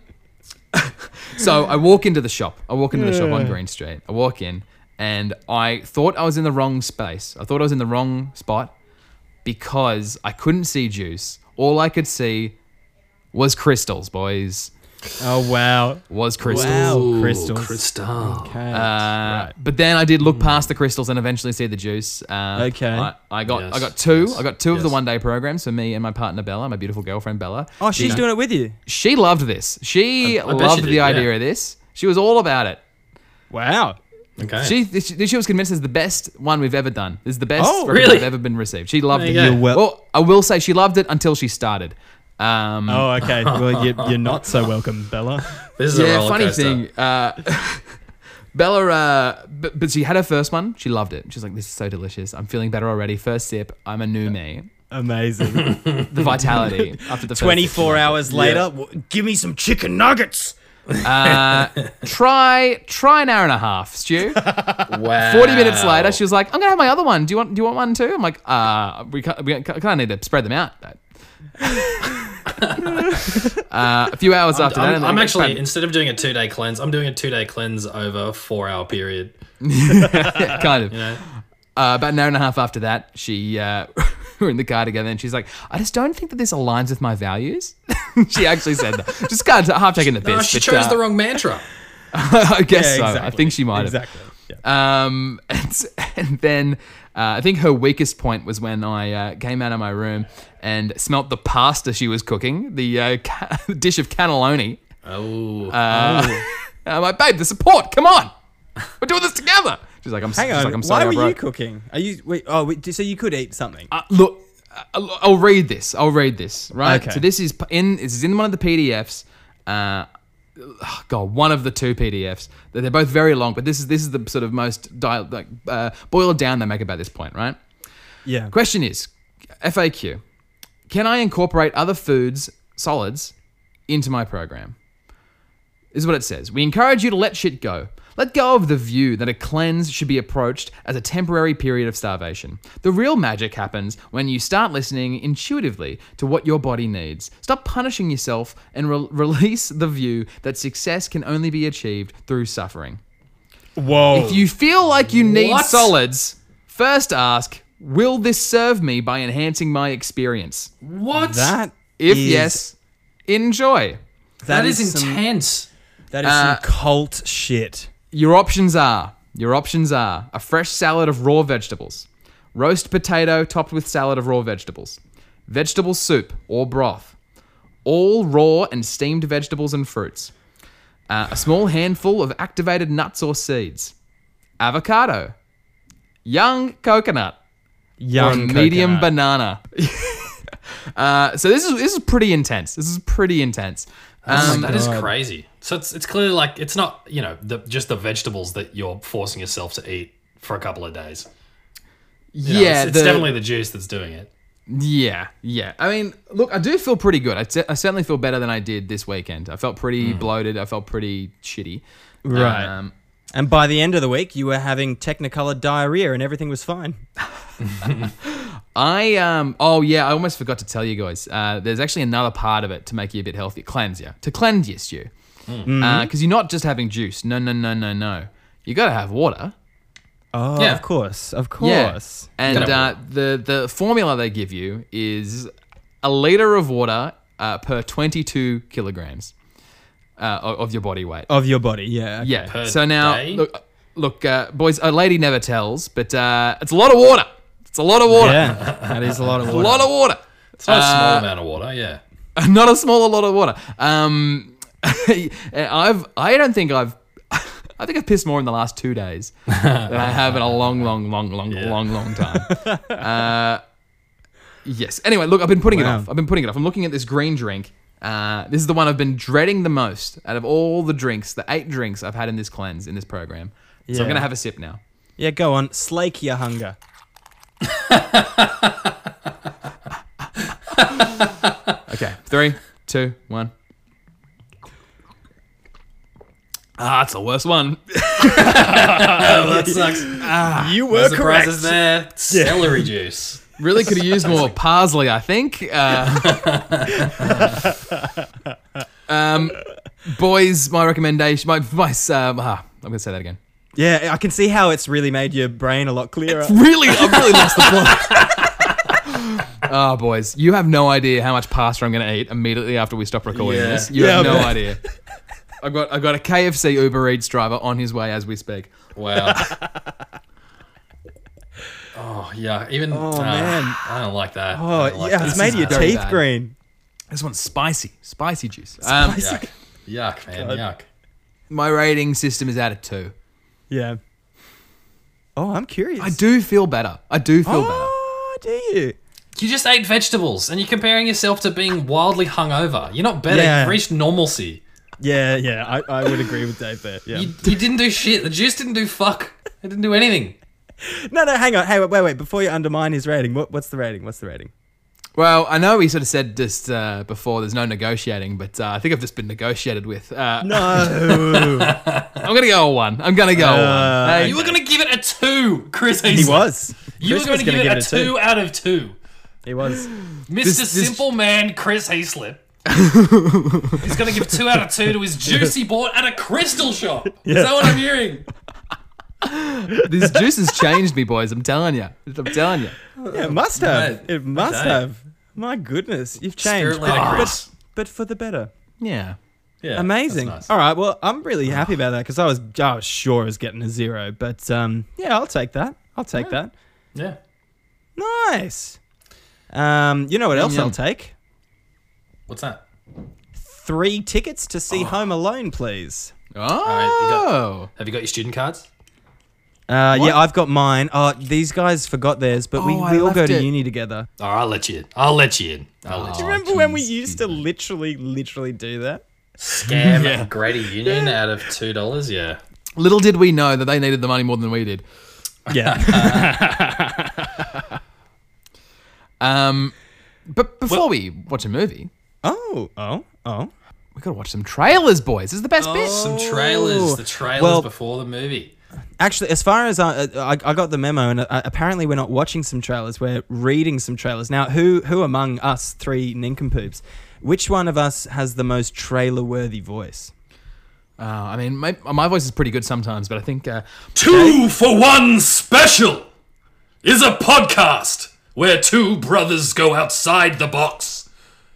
Speaker 2: so I walk into the shop. I walk into the shop on Green Street. I walk in, and I thought I was in the wrong space. I thought I was in the wrong spot because I couldn't see juice. All I could see was crystals, boys.
Speaker 1: Oh, wow.
Speaker 2: Was Oh, crystals.
Speaker 1: Wow.
Speaker 3: Ooh,
Speaker 1: crystals.
Speaker 3: Crystal.
Speaker 1: Okay.
Speaker 2: Uh, But then I did
Speaker 3: Hmm.
Speaker 2: look past the crystals and eventually see the juice. Um,
Speaker 1: Okay.
Speaker 2: I, I got I
Speaker 3: Yes,
Speaker 2: got two.
Speaker 3: yes,
Speaker 2: I got two of the
Speaker 3: yes.
Speaker 2: one day programs for me and my partner Bella, my beautiful girlfriend Bella.
Speaker 1: oh, she's
Speaker 2: She-
Speaker 1: doing it with you.
Speaker 2: She loved this. She
Speaker 3: I- I bet she
Speaker 2: loved
Speaker 3: did,
Speaker 2: the idea
Speaker 3: yeah.
Speaker 2: of this. She was all about it.
Speaker 1: Wow.
Speaker 3: Okay.
Speaker 2: She, she she was convinced it's the best one we've ever done. It's the best
Speaker 1: Oh,
Speaker 2: record
Speaker 3: really?
Speaker 2: I've ever been received. She loved
Speaker 3: There
Speaker 2: it.
Speaker 3: you go. You're
Speaker 1: wel-
Speaker 2: well, I will say she loved it until she started. Um,
Speaker 1: Oh, okay. Well, you, you're not so welcome, Bella.
Speaker 3: this is a
Speaker 2: yeah,
Speaker 3: roller
Speaker 2: funny
Speaker 3: coaster.
Speaker 2: thing. Uh, Bella, uh, but, but she had her first one. She loved it. She's like, "This is so delicious. I'm feeling better already. First sip, I'm a new me.
Speaker 1: Amazing.
Speaker 2: The vitality after the first sip, she
Speaker 1: 24
Speaker 2: loved it.
Speaker 1: hours later, w- give me some chicken nuggets.
Speaker 2: Uh, try try an hour and a half, Stu.
Speaker 3: Wow.
Speaker 2: 40 minutes later, she was like, I'm going to have my other one. Do you want, do you want one too? I'm like, uh, we, can't, we kind of need to spread them out. uh, Uh, a few hours after that.
Speaker 3: I'm,
Speaker 2: and
Speaker 3: I'm
Speaker 2: they-
Speaker 3: actually instead of doing a two day cleanse, I'm doing a two day cleanse over a four hour period.
Speaker 2: Yeah, kind of. Uh, about an hour and a half after that, she uh, we were in the car together, and she's like, "I just don't think that this aligns with my values." she actually said that. Just kind of half taking the piss.
Speaker 3: No, Oh, she
Speaker 2: but,
Speaker 3: chose
Speaker 2: uh,
Speaker 3: the wrong mantra.
Speaker 2: I guess so. I
Speaker 1: exactly.
Speaker 2: think she might have.
Speaker 1: Exactly. Yeah.
Speaker 2: Um, and, and then uh, I think her weakest point was when I uh, came out of my room and smelt the pasta she was cooking, the uh, ca- dish of cannelloni.
Speaker 3: Oh,
Speaker 2: Uh, I'm like, babe, the support, come on, we're doing this together. She's like, I'm, s-
Speaker 1: Hang
Speaker 2: she's
Speaker 1: on.
Speaker 2: like, I'm
Speaker 1: why
Speaker 2: sorry, I
Speaker 1: were you
Speaker 2: broke."
Speaker 1: cooking? Are you wait? Oh, wait, so you could eat something?
Speaker 2: Uh, look, I'll, I'll read this. I'll read this. Right.
Speaker 1: Okay.
Speaker 2: So this is p- in. This is in one of the PDFs. Uh, oh God, one of the two PDFs. They're they're both very long, but this is this is the sort of most dial, like uh, boiled down they make about this point, right?
Speaker 1: Yeah.
Speaker 2: Question is, FAQ, can I incorporate other foods, solids, into my program? This is what it says. We encourage you to let shit go. Let go of the view that a cleanse should be approached as a temporary period of starvation. The real magic happens when you start listening intuitively to what your body needs. Stop punishing yourself and re- release the view that success can only be achieved through suffering.
Speaker 1: Whoa.
Speaker 2: If you feel like you need
Speaker 3: What?
Speaker 2: solids, first ask, will this serve me by enhancing my experience?
Speaker 3: What?
Speaker 1: that
Speaker 2: If
Speaker 1: is-
Speaker 2: yes, enjoy.
Speaker 3: that is,
Speaker 1: some-
Speaker 3: intense.
Speaker 1: that is
Speaker 2: uh,
Speaker 1: some cult shit.
Speaker 2: Your options are, your options are a fresh salad of raw vegetables, roast potato topped with salad of raw vegetables, vegetable soup or broth, all raw and steamed vegetables and fruits, uh, a small handful of activated nuts or seeds, avocado, young coconut, or a
Speaker 1: Young
Speaker 2: medium
Speaker 1: coconut.
Speaker 2: banana. uh, so this is this is pretty intense. This is pretty intense.
Speaker 3: That is
Speaker 2: Um,
Speaker 1: God.
Speaker 3: crazy. So it's it's clearly like it's not you know the, just the vegetables that you're forcing yourself to eat for a couple of days. You know,
Speaker 2: yeah,
Speaker 3: it's, it's
Speaker 2: the-
Speaker 3: definitely the juice that's doing it.
Speaker 2: yeah, yeah. I mean, look, I do feel pretty good. I se- I certainly feel better than I did this weekend. I felt pretty
Speaker 3: Hmm.
Speaker 2: bloated. I felt pretty shitty.
Speaker 1: Right.
Speaker 2: Um,
Speaker 1: and by the end of the week, you were having Technicolor diarrhea, and everything was fine.
Speaker 2: I um oh yeah, I almost forgot to tell you guys. Uh, there's actually another part of it to make you a bit healthier, cleanse you, to cleanse you, stew.
Speaker 3: Hmm.
Speaker 2: Because you're not just having juice. No, no, no, no, no. You gotta have water.
Speaker 1: Oh,
Speaker 3: Yeah.
Speaker 1: of course, of
Speaker 2: Yeah.
Speaker 1: course.
Speaker 2: And
Speaker 3: Gotta
Speaker 2: uh,
Speaker 3: have
Speaker 2: the the formula they give you is a liter of water uh, per 22 kilograms uh, o- of your body weight.
Speaker 1: Of your body, Oh, yeah. okay.
Speaker 2: yeah.
Speaker 3: Per
Speaker 2: so now
Speaker 3: day?
Speaker 2: look, look, uh, boys. A lady never tells, but uh, it's a lot of water. It's a lot of water.
Speaker 1: Yeah, that is a lot of
Speaker 2: A
Speaker 1: water.
Speaker 2: lot of water.
Speaker 3: It's not a small
Speaker 2: Uh,
Speaker 3: amount of water. Yeah.
Speaker 2: not a small lot of water. Um, I've I don't think I've I think I've pissed more in the last two days than I have in a long, long, long, long, long, long time. Uh, yes. Anyway, look, I've been putting
Speaker 1: Wow.
Speaker 2: it off. I've been putting it off. I'm looking at this green drink. Uh, this is the one I've been dreading the most out of all the drinks, the eight drinks I've had in this cleanse in this program. So I'm
Speaker 1: Yeah.
Speaker 2: gonna have a sip now.
Speaker 1: yeah, go on, slake your hunger.
Speaker 2: Okay, three, two, one. Ah, it's the worst one.
Speaker 3: Oh, that sucks.
Speaker 1: you were
Speaker 3: Surprises there. Celery juice.
Speaker 2: Really could have used more parsley, I think. Uh, um, boys, my recommendation, my my uh, ah, I'm gonna say that again.
Speaker 1: Yeah, I can see how it's really made your brain a lot clearer.
Speaker 2: Really, I've really lost the plot. oh, boys, you have no idea how much pasta I'm gonna eat immediately after we stop recording
Speaker 3: Yeah.
Speaker 2: this. You
Speaker 1: Yeah,
Speaker 2: have no
Speaker 1: man.
Speaker 2: idea. I got I got a KFC Uber Eats driver on his way as we speak.
Speaker 3: Wow. oh yeah. Even oh
Speaker 1: man.
Speaker 3: I don't like that.
Speaker 1: Oh,
Speaker 3: I don't like
Speaker 1: yeah,
Speaker 3: that.
Speaker 1: it's made your
Speaker 2: bad.
Speaker 1: teeth
Speaker 2: Very bad.
Speaker 1: green.
Speaker 2: This one's spicy, spicy juice. Um,
Speaker 3: Yuck. Yuck, man. Yuck.
Speaker 2: my rating system is out of two.
Speaker 1: Yeah. Oh, I'm curious.
Speaker 2: I do feel better. I do feel better.
Speaker 1: Oh, do you?
Speaker 3: You just ate vegetables and you're comparing yourself to being wildly hungover. You're not better.
Speaker 1: Yeah.
Speaker 3: You've reached normalcy.
Speaker 1: Yeah, yeah, I, I would agree with Dave there. Yeah.
Speaker 3: You, you didn't do shit. The juice didn't do fuck. It didn't do anything.
Speaker 1: no, no, hang on. Hey, wait, wait, wait. Before you undermine his rating, what, what's the rating? What's the rating?
Speaker 2: Well, I know we sort of said this uh, before. There's no negotiating, but uh, I think I've just been negotiated with. Uh,
Speaker 1: No. Uh,
Speaker 2: I'm gonna go a one. I'm gonna go a one. Hey,
Speaker 3: You were gonna give it a two, Chris.
Speaker 1: he
Speaker 3: Eason.
Speaker 1: was.
Speaker 3: You
Speaker 1: Chris
Speaker 3: were
Speaker 1: was
Speaker 3: gonna, give it a
Speaker 1: two.
Speaker 3: two, out of two.
Speaker 1: He was.
Speaker 3: Mr.
Speaker 2: this-
Speaker 3: Simple Man, Chris Heaslip. He's gonna give two out of two to his juice he bought at a crystal shop. Is that what I'm hearing?
Speaker 2: this juice has changed me, boys. I'm telling you. I'm telling you.
Speaker 1: Yeah, it must have.
Speaker 3: no.
Speaker 1: It must
Speaker 3: Okay.
Speaker 1: have. My goodness, you've changed. Oh,
Speaker 3: Spirit led
Speaker 1: But-
Speaker 3: Chris.
Speaker 1: But, but for the better.
Speaker 2: Yeah.
Speaker 3: Yeah,
Speaker 1: Amazing.
Speaker 3: that's nice. Ah.
Speaker 1: All right. Well, I'm really happy about that because I was, I was sure I was getting a zero. But um, yeah, I'll take that. I'll take that.
Speaker 3: Yeah.
Speaker 1: Nice. Um, you know what else I'll
Speaker 2: yum.
Speaker 1: take?
Speaker 3: What's that?
Speaker 1: Three tickets to see Home Alone, please.
Speaker 2: Oh.
Speaker 3: right, you Have you got your student cards?
Speaker 1: Uh,
Speaker 2: What?
Speaker 1: yeah, I've got mine. Oh, these guys forgot theirs, but we,
Speaker 2: Oh, I
Speaker 1: we all go
Speaker 2: left
Speaker 1: to
Speaker 2: it.
Speaker 1: uni together. Oh,
Speaker 3: Oh, I'll let you in. I'll let you in. I'll let you in.
Speaker 1: Remember when we used to literally, literally do that?
Speaker 3: Scam Grady Union out of two dollars. Yeah.
Speaker 2: Little did we know that they needed the money more than we did.
Speaker 1: Yeah.
Speaker 2: Um, but before we watch a movie,
Speaker 1: oh, oh, oh.
Speaker 2: we gotta watch some trailers, boys. This is the best bit.
Speaker 3: Some trailers. The trailers
Speaker 1: Well-
Speaker 3: before the movie.
Speaker 1: Actually, as far as I, I, I got the memo, and uh, apparently we're not watching some trailers, we're reading some trailers. Now, who, who among us three nincompoops, which one of us has the most trailer-worthy voice?
Speaker 2: Uh, I mean, my, my voice is pretty good sometimes, but I think uh,
Speaker 3: Two for one special is a podcast where two brothers go outside the box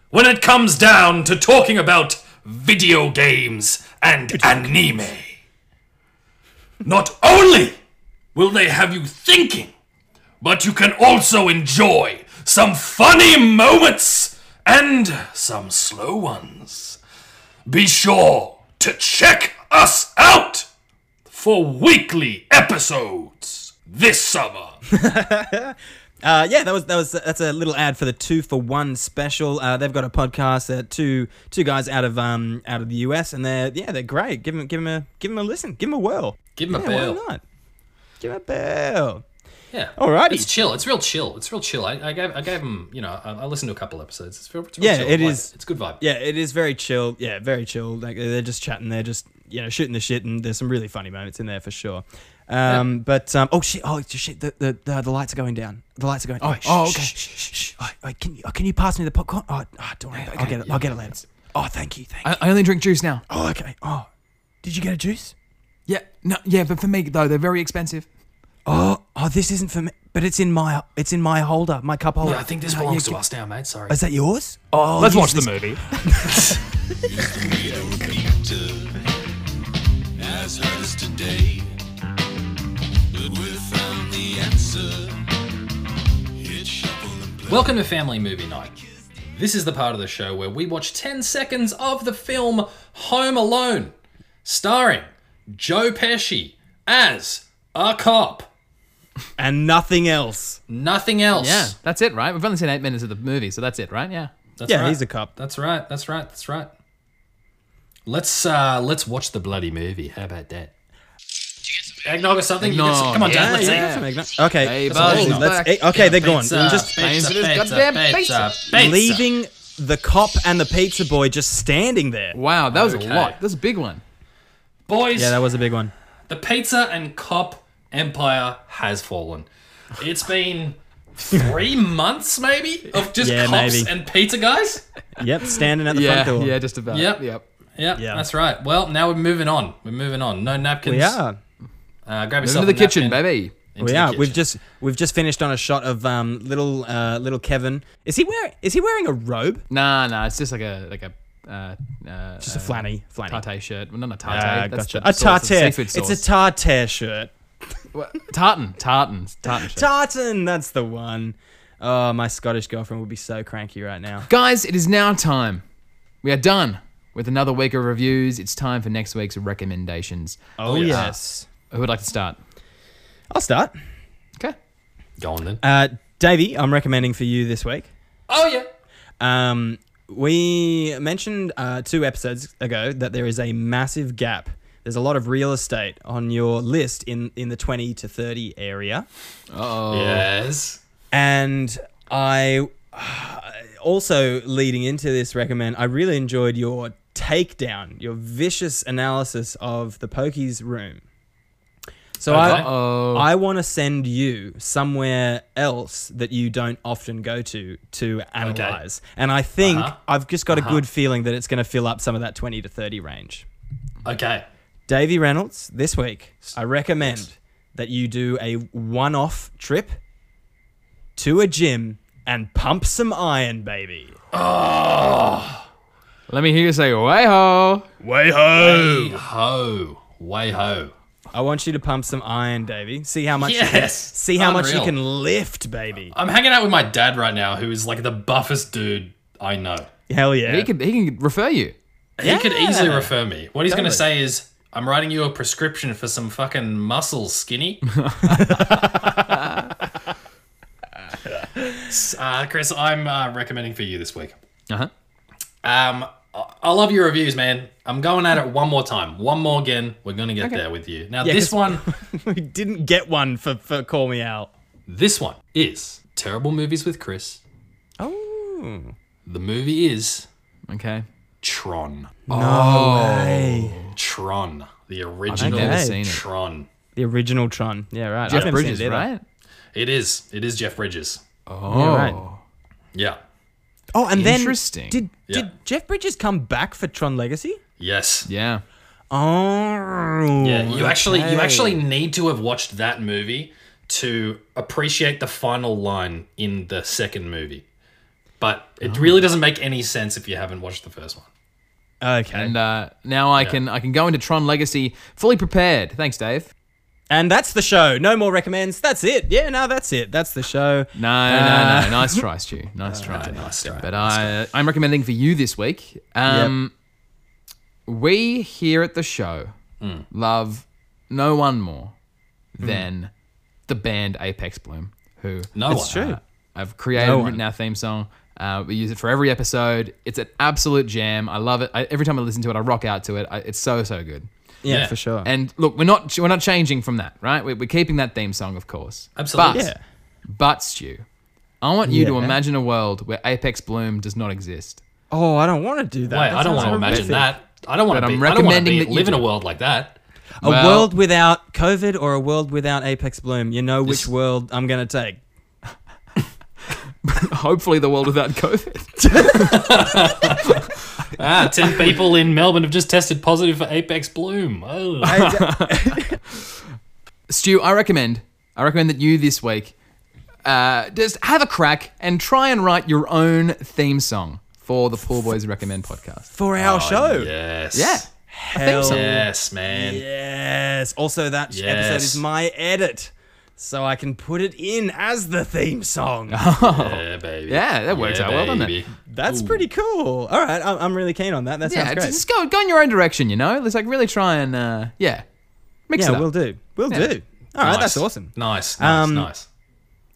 Speaker 3: when it comes down to talking about video games and anime. Not only will they have you thinking, but you can also enjoy some funny moments and some slow ones. Be sure to check us out! for weekly episodes this summer.
Speaker 1: Uh, yeah, that was that was that's a little ad for the two for one special. Uh, they've got a podcast. Uh, two two guys out of um out of the US, and they're yeah they're great. Give them give 'em a give 'em a listen. Give them a whirl.
Speaker 3: Give him a
Speaker 1: Yeah,
Speaker 3: bell.
Speaker 1: why not? Give 'em a bell.
Speaker 3: Yeah.
Speaker 1: Alrighty.
Speaker 3: It's chill. It's real chill. It's real chill. I, I gave I gave him. You know, I, I listened to a couple episodes. It's real, it's real
Speaker 1: Yeah,
Speaker 3: chill.
Speaker 1: it
Speaker 3: I like
Speaker 1: is.
Speaker 3: It's good vibe.
Speaker 1: Yeah, it is very chill. Yeah, very chill. Like they're just chatting. They're just you know shooting the shit, and there's some really funny moments in there for sure. Um, but um, oh shit, oh shit, the, the the the lights are going down. The lights are going. Oh,
Speaker 2: oh,
Speaker 1: shh,
Speaker 2: okay.
Speaker 1: Shh, shh, shh. Oh, oh, can you oh, can you pass me the popcorn? Oh, oh don't worry. I'll get it. I'll get it later. Oh, thank you. Thank you.
Speaker 2: I, I only drink juice now.
Speaker 1: Oh, okay. Oh, did you get a juice?
Speaker 2: Yeah, no, yeah, but for me though, they're very expensive.
Speaker 1: Oh, oh, this isn't for me, but it's in my it's in my holder, my cup holder.
Speaker 3: Yeah, I think this belongs to us now, mate. Sorry.
Speaker 1: Is that yours? Oh,
Speaker 2: Let's
Speaker 1: use
Speaker 2: watch the
Speaker 1: this-
Speaker 2: movie.
Speaker 4: As hurt us today, but we found the answer. Hit shuffle and play.
Speaker 3: Welcome to Family Movie Night. This is the part of the show where we watch 10 seconds of the film Home Alone, starring Joe Pesci as a cop.
Speaker 1: and nothing else.
Speaker 3: Nothing else.
Speaker 2: Yeah, that's it, right? We've only seen eight minutes of the movie, so that's it, right? Yeah.
Speaker 3: That's
Speaker 1: Yeah,
Speaker 3: right.
Speaker 1: he's a cop.
Speaker 3: That's right. That's right. That's right. Let's uh let's watch the bloody movie. How about that? Eggnog or something? You get some-
Speaker 2: Eggnog,
Speaker 3: Come on,
Speaker 2: yeah,
Speaker 3: Dad. Let's
Speaker 2: yeah.
Speaker 3: eat.
Speaker 1: Okay,
Speaker 2: Hey,
Speaker 1: so
Speaker 2: Buzz,
Speaker 1: let's-
Speaker 3: he's
Speaker 1: let's-
Speaker 2: back.
Speaker 1: eh, okay, they're gone. We're just
Speaker 3: pizza,
Speaker 2: Painesville's goddamn pizza.
Speaker 1: leaving the cop and the pizza boy just standing there.
Speaker 2: Wow, that was
Speaker 3: Okay.
Speaker 2: a lot. That was a big one.
Speaker 3: Boys,
Speaker 1: Yeah, that was a big one.
Speaker 3: the pizza and cop empire has fallen. It's been three months, maybe, of just
Speaker 1: Yeah,
Speaker 3: cops
Speaker 1: maybe.
Speaker 3: and pizza guys.
Speaker 1: Yep, standing at the
Speaker 2: Yeah,
Speaker 1: front door.
Speaker 2: yeah, just about.
Speaker 3: Yep.
Speaker 2: yep.
Speaker 3: Yeah,
Speaker 1: Yeah.
Speaker 3: that's right. Well, now we're moving on. We're moving on. No napkins.
Speaker 1: yeah.
Speaker 3: Uh, grab
Speaker 2: Into
Speaker 3: yourself
Speaker 2: the
Speaker 3: a
Speaker 2: kitchen,
Speaker 3: napkin.
Speaker 2: baby.
Speaker 3: Into
Speaker 1: We
Speaker 3: the
Speaker 1: are. We've
Speaker 3: kitchen.
Speaker 1: just we've just finished on a shot of um, little uh, little Kevin. Is he wearing is he wearing a robe?
Speaker 2: Nah, nah, it's just like a like a uh, uh,
Speaker 1: Just a flanny, flanny.
Speaker 2: tartare shirt. Well, not a tartare.
Speaker 1: Ah,
Speaker 2: that's
Speaker 1: gotcha.
Speaker 2: the
Speaker 1: A
Speaker 2: sauce, it's
Speaker 1: tartare.
Speaker 2: seafood
Speaker 1: It's
Speaker 2: sauce.
Speaker 1: a tartare shirt.
Speaker 2: Well, tartan, tartan, tartan shirt.
Speaker 1: Tartan, that's the one. Oh, my Scottish girlfriend would be so cranky right now.
Speaker 2: Guys, it is now time. We are done with another week of reviews. It's time for next week's recommendations. Uh,
Speaker 1: Oh, yes.
Speaker 2: Who would like to start?
Speaker 1: I'll start.
Speaker 2: Okay.
Speaker 3: Go on then.
Speaker 1: Uh, Davey, I'm recommending for you this week.
Speaker 3: oh, yeah.
Speaker 1: Um, we mentioned uh, two episodes ago that there is a massive gap. There's a lot of real estate on your list in, in the 20 to 30 area.
Speaker 3: Oh. Yes.
Speaker 1: And I also leading into this recommend, I really enjoyed your takedown, your vicious analysis of the Pokies room. So
Speaker 3: Okay.
Speaker 2: Uh-oh.
Speaker 1: I I want to send you somewhere else that you don't often go to to analyze. And I think
Speaker 3: Uh-huh.
Speaker 1: I've just got a good feeling that it's going to fill up some of that 20 to 30 range.
Speaker 3: Okay.
Speaker 1: Davy Reynolds, this week, I recommend that you do a one off trip to a gym and pump some iron, baby.
Speaker 2: Let me hear you say, way ho.
Speaker 3: Way ho. Way ho.
Speaker 1: I want you to pump some iron, Davy. See how much you can,
Speaker 3: Yes.
Speaker 1: see how much you
Speaker 3: Unreal.
Speaker 1: can lift,
Speaker 5: Uh,
Speaker 1: baby.
Speaker 3: I'm hanging out with my dad right now, who is like the buffest dude I know.
Speaker 1: Hell yeah.
Speaker 2: He can, he can refer you.
Speaker 3: He could easily refer me. What he's going to
Speaker 1: Totally.
Speaker 3: say is,
Speaker 5: I'm writing you a prescription for some fucking muscles, skinny. S- uh, Chris, I'm uh, recommending for you this week.
Speaker 2: Uh
Speaker 1: Uh-huh.
Speaker 2: huh.
Speaker 5: Um, I I love your reviews, man. I'm going at it one more time. One more again. We're going to get there with you. Now, this
Speaker 1: 'cause-
Speaker 5: one.
Speaker 1: we didn't get one for, for Call Me Out.
Speaker 5: This one is Terrible Movies with Chris.
Speaker 1: Oh.
Speaker 5: The movie is
Speaker 2: Okay.
Speaker 5: Tron.
Speaker 1: Hey.
Speaker 5: Tron. The
Speaker 2: Oh. I've
Speaker 5: original
Speaker 2: never
Speaker 1: Okay.
Speaker 2: seen it.
Speaker 5: Tron.
Speaker 1: The original Tron. Yeah, right. I've
Speaker 2: Jeff
Speaker 1: never seen
Speaker 2: Bridges,
Speaker 1: it either.
Speaker 2: right?
Speaker 5: It is. It is Jeff Bridges.
Speaker 2: Oh.
Speaker 1: right.
Speaker 5: Yeah.
Speaker 1: Oh, and then
Speaker 2: Interesting.
Speaker 1: Did
Speaker 5: Yeah.
Speaker 1: did Jeff Bridges come back for Tron Legacy?
Speaker 5: Yes.
Speaker 2: Yeah.
Speaker 1: Oh.
Speaker 5: Yeah, you actually you
Speaker 1: okay.
Speaker 5: actually need to have watched that movie to appreciate the final line in the second movie. But
Speaker 2: Oh.
Speaker 5: it really doesn't make any sense if you haven't watched the first one.
Speaker 1: Okay.
Speaker 2: And uh, now I can I can go into Tron Legacy fully prepared. Thanks, Dave.
Speaker 1: And that's the show. No more recommends. That's it. Yeah, no, that's it. That's the show.
Speaker 2: No, no, no. Nice try, Stu. Nice try.
Speaker 5: Nice try.
Speaker 2: But um, I, I'm recommending for you this week. Um, We here at the show love no one more than the band Apex Bloom, who
Speaker 5: No one.
Speaker 1: It's true.
Speaker 2: I've created
Speaker 1: No
Speaker 2: and
Speaker 1: one.
Speaker 2: written our theme song. Uh, we use it for every episode. It's an absolute jam. I love it. I, every time I listen to it, I rock out to it. I, it's so so good.
Speaker 1: Yeah,
Speaker 5: Yeah.
Speaker 1: for sure.
Speaker 2: And look, we're not we're not changing from that, right? We're, we're keeping that theme song, of course.
Speaker 5: Absolutely.
Speaker 2: But,
Speaker 1: yeah.
Speaker 2: but Stu, I want you to
Speaker 1: Yeah.
Speaker 2: imagine a world where Apex Bloom does not exist.
Speaker 1: Oh, I don't want to do that.
Speaker 5: Wait,
Speaker 1: That
Speaker 5: I don't
Speaker 1: sounds
Speaker 5: want to imagine
Speaker 1: horrific.
Speaker 5: that. I don't want
Speaker 2: But
Speaker 5: to
Speaker 2: I'm
Speaker 5: be, I don't want to
Speaker 2: recommending
Speaker 5: be,
Speaker 2: that you
Speaker 5: live in a
Speaker 2: do.
Speaker 5: world like that.
Speaker 1: A
Speaker 2: Well-
Speaker 1: world without COVID or a world without Apex Bloom. You know which
Speaker 2: Just-
Speaker 1: world I'm going to take.
Speaker 2: Hopefully, the world without COVID.
Speaker 5: Ah, 10 people in Melbourne have just tested positive for Apex Bloom. Oh.
Speaker 2: Stu, I recommend I recommend that you this week uh, just have a crack and try and write your own theme song for the Pool Boys Recommend podcast.
Speaker 1: For our show.
Speaker 5: Yes.
Speaker 2: Yeah.
Speaker 1: Hell
Speaker 2: so.
Speaker 5: Yes, man.
Speaker 1: Yes. Also, that
Speaker 5: Yes.
Speaker 1: episode is my edit. So I can put it in as the theme song.
Speaker 5: Yeah, baby.
Speaker 2: Yeah, that works out well, doesn't it?
Speaker 5: baby.
Speaker 1: That's pretty cool. All right, I'm, I'm really keen on that. That sounds
Speaker 2: Yeah,
Speaker 1: great.
Speaker 2: just go go in your own direction. You know, let's like really try and uh, yeah, mix it
Speaker 1: yeah,
Speaker 2: up.
Speaker 1: we'll do. We'll do. All right,
Speaker 5: Nice.
Speaker 1: that's awesome.
Speaker 5: Nice, nice,
Speaker 1: Um,
Speaker 5: nice.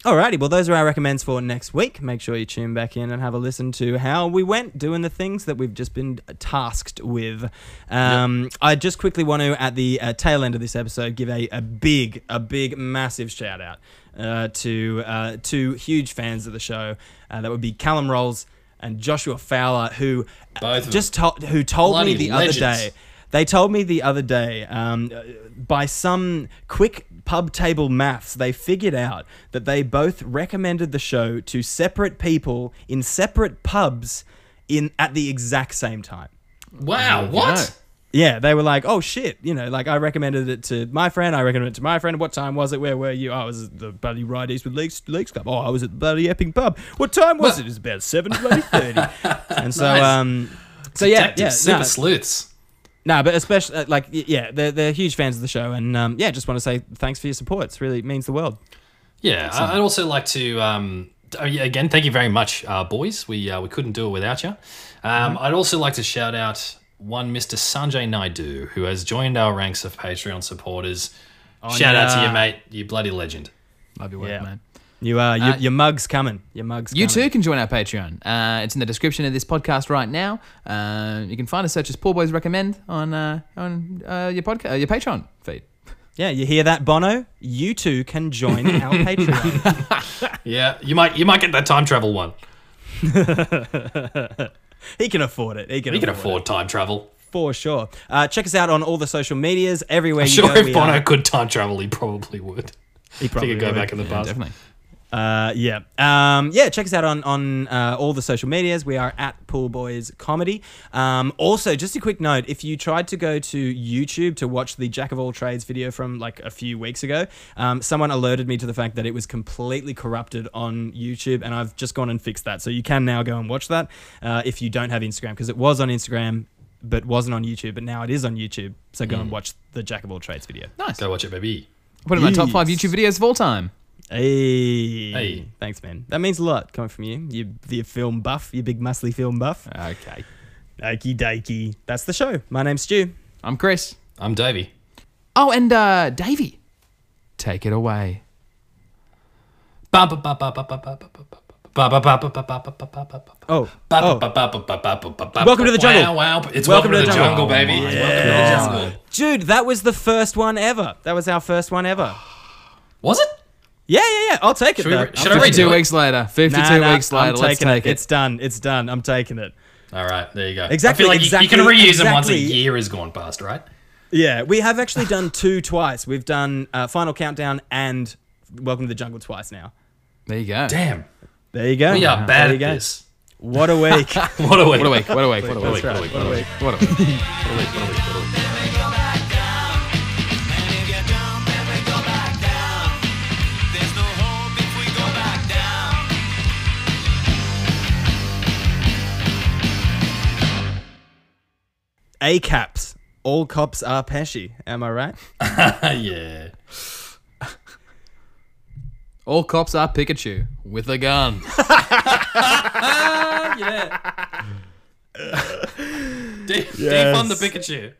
Speaker 1: Alrighty, well, those are our recommends for next week. Make sure you tune back in and have a listen to how we went doing the things that we've just been tasked with. Um, I just quickly want to, at the uh, tail end of this episode, give a, a big, a big, massive shout out uh, to uh, two huge fans of the show. Uh, that would be Callum Rolls and Joshua Fowler, who
Speaker 5: Both of them.
Speaker 1: just told who told
Speaker 5: Bloody
Speaker 1: me the
Speaker 5: legends.
Speaker 1: other day. They told me the other day, um, uh, by some quick pub table maths, they figured out that they both recommended the show to separate people in separate pubs in at the exact same time.
Speaker 5: Wow, what?
Speaker 1: Yeah, they were like, "Oh shit," you know, like I recommended it to my friend. I recommended it to my friend. What time was it? Where were you? Oh, I was at the bloody Ride East with Leaks, Leaks Club. Oh, I was at the bloody Epping pub. What time was it? It was about seven bloody thirty. and so,
Speaker 5: Nice.
Speaker 1: um, so yeah,
Speaker 5: Detective
Speaker 1: yeah,
Speaker 5: super
Speaker 1: no.
Speaker 5: sleuths.
Speaker 1: No, but especially uh, like y- yeah, they're they're huge fans of the show, and um, yeah, just want to say thanks for your support. It's really means the world.
Speaker 5: Yeah, I- I'd also like to. Um, oh, yeah, again, thank you very much, uh, boys. We uh, we couldn't do it without you. Um, I'd also like to shout out one Mr. Sanjay Naidu, who has joined our ranks of Patreon supporters. shout out to
Speaker 1: yeah.
Speaker 5: you, mate. You bloody legend.
Speaker 2: Love your work,
Speaker 1: Yeah.
Speaker 2: man.
Speaker 1: You uh, you,
Speaker 2: Uh,
Speaker 1: your mug's coming. Your mug's.
Speaker 2: You
Speaker 1: coming.
Speaker 2: too can join our Patreon. Uh, it's in the description of this podcast right now. Uh, you can find us such as Poor Boys Recommend on uh, on uh, your podcast, uh, your Patreon feed.
Speaker 1: Yeah, you hear that, Bono? You too can join our Patreon.
Speaker 5: Yeah, you might you might get that time travel one.
Speaker 1: He can afford it. He can.
Speaker 5: You can
Speaker 1: afford,
Speaker 5: afford time travel.
Speaker 1: it, for sure. Uh, check us out on all the social medias everywhere. you
Speaker 5: Sure,
Speaker 1: go,
Speaker 5: if
Speaker 1: we
Speaker 5: Bono
Speaker 1: are-
Speaker 5: could time travel, he probably would.
Speaker 1: he
Speaker 5: He
Speaker 1: probably
Speaker 5: could go
Speaker 1: would.
Speaker 5: back in the past.
Speaker 2: Definitely.
Speaker 1: Uh, yeah. Um, yeah, check us out on, on uh, all the social medias. We are at Pool Boys Comedy. Um, also, just a quick note if you tried to go to YouTube to watch the Jack of All Trades video from like a few weeks ago, um, someone alerted me to the fact that it was completely corrupted on YouTube, and I've just gone and fixed that. So you can now go and watch that uh, if you don't have Instagram, because it was on Instagram but wasn't on YouTube, but now it is on YouTube. So go and watch the Jack of All Trades video.
Speaker 2: Nice.
Speaker 5: Go watch it, baby.
Speaker 2: Put in my top five
Speaker 1: Yes.
Speaker 2: YouTube videos of all time.
Speaker 1: Hey.
Speaker 5: Hey.
Speaker 1: Thanks, man. That means a lot coming from you. You the film buff, you big muscly film buff.
Speaker 2: Okay.
Speaker 1: Okie dokie. That's the show. My name's Stu.
Speaker 2: I'm Chris.
Speaker 5: I'm Davey.
Speaker 2: Oh, and uh, Davey, take it away.
Speaker 5: Welcome
Speaker 1: Oh, oh. to the jungle.
Speaker 5: It's welcome to the jungle, baby. It's welcome to the jungle.
Speaker 1: Dude, that was the first one ever. That was our first one ever.
Speaker 5: Was it?
Speaker 1: Yeah, yeah, yeah. I'll take it.
Speaker 5: Should we
Speaker 1: though.
Speaker 5: re- should I
Speaker 1: I'll take it.
Speaker 5: redo
Speaker 2: Fifty-two
Speaker 5: it?
Speaker 2: weeks later. Fifty-two
Speaker 1: Nah, nah,
Speaker 2: weeks later.
Speaker 1: I'm
Speaker 2: let's
Speaker 1: taking
Speaker 2: take
Speaker 1: it.
Speaker 2: it.
Speaker 1: It's done. It's done. I'm taking it.
Speaker 5: All right, there you go.
Speaker 1: Exactly,
Speaker 5: I feel like you- you, can
Speaker 1: exactly,
Speaker 5: reuse them once a
Speaker 1: exactly.
Speaker 5: year has gone past, right?
Speaker 1: Yeah, we have actually done two twice. We've done uh, Final Countdown and Welcome to the Jungle twice now.
Speaker 2: there you go.
Speaker 5: Damn,
Speaker 1: There you go.
Speaker 5: we are bad
Speaker 1: there
Speaker 5: at
Speaker 1: you go.
Speaker 5: this.
Speaker 1: What a week.
Speaker 5: What a week!
Speaker 2: What a week. What a week. What a
Speaker 5: What a
Speaker 2: week.
Speaker 5: week! What a week!
Speaker 2: What a week.
Speaker 5: What a week! What a week! What a week! What a week!
Speaker 1: A caps. All cops are Pesci. Am I right?
Speaker 5: yeah.
Speaker 2: All cops are Pikachu with a gun.
Speaker 5: yeah. De- Defund the Pikachu.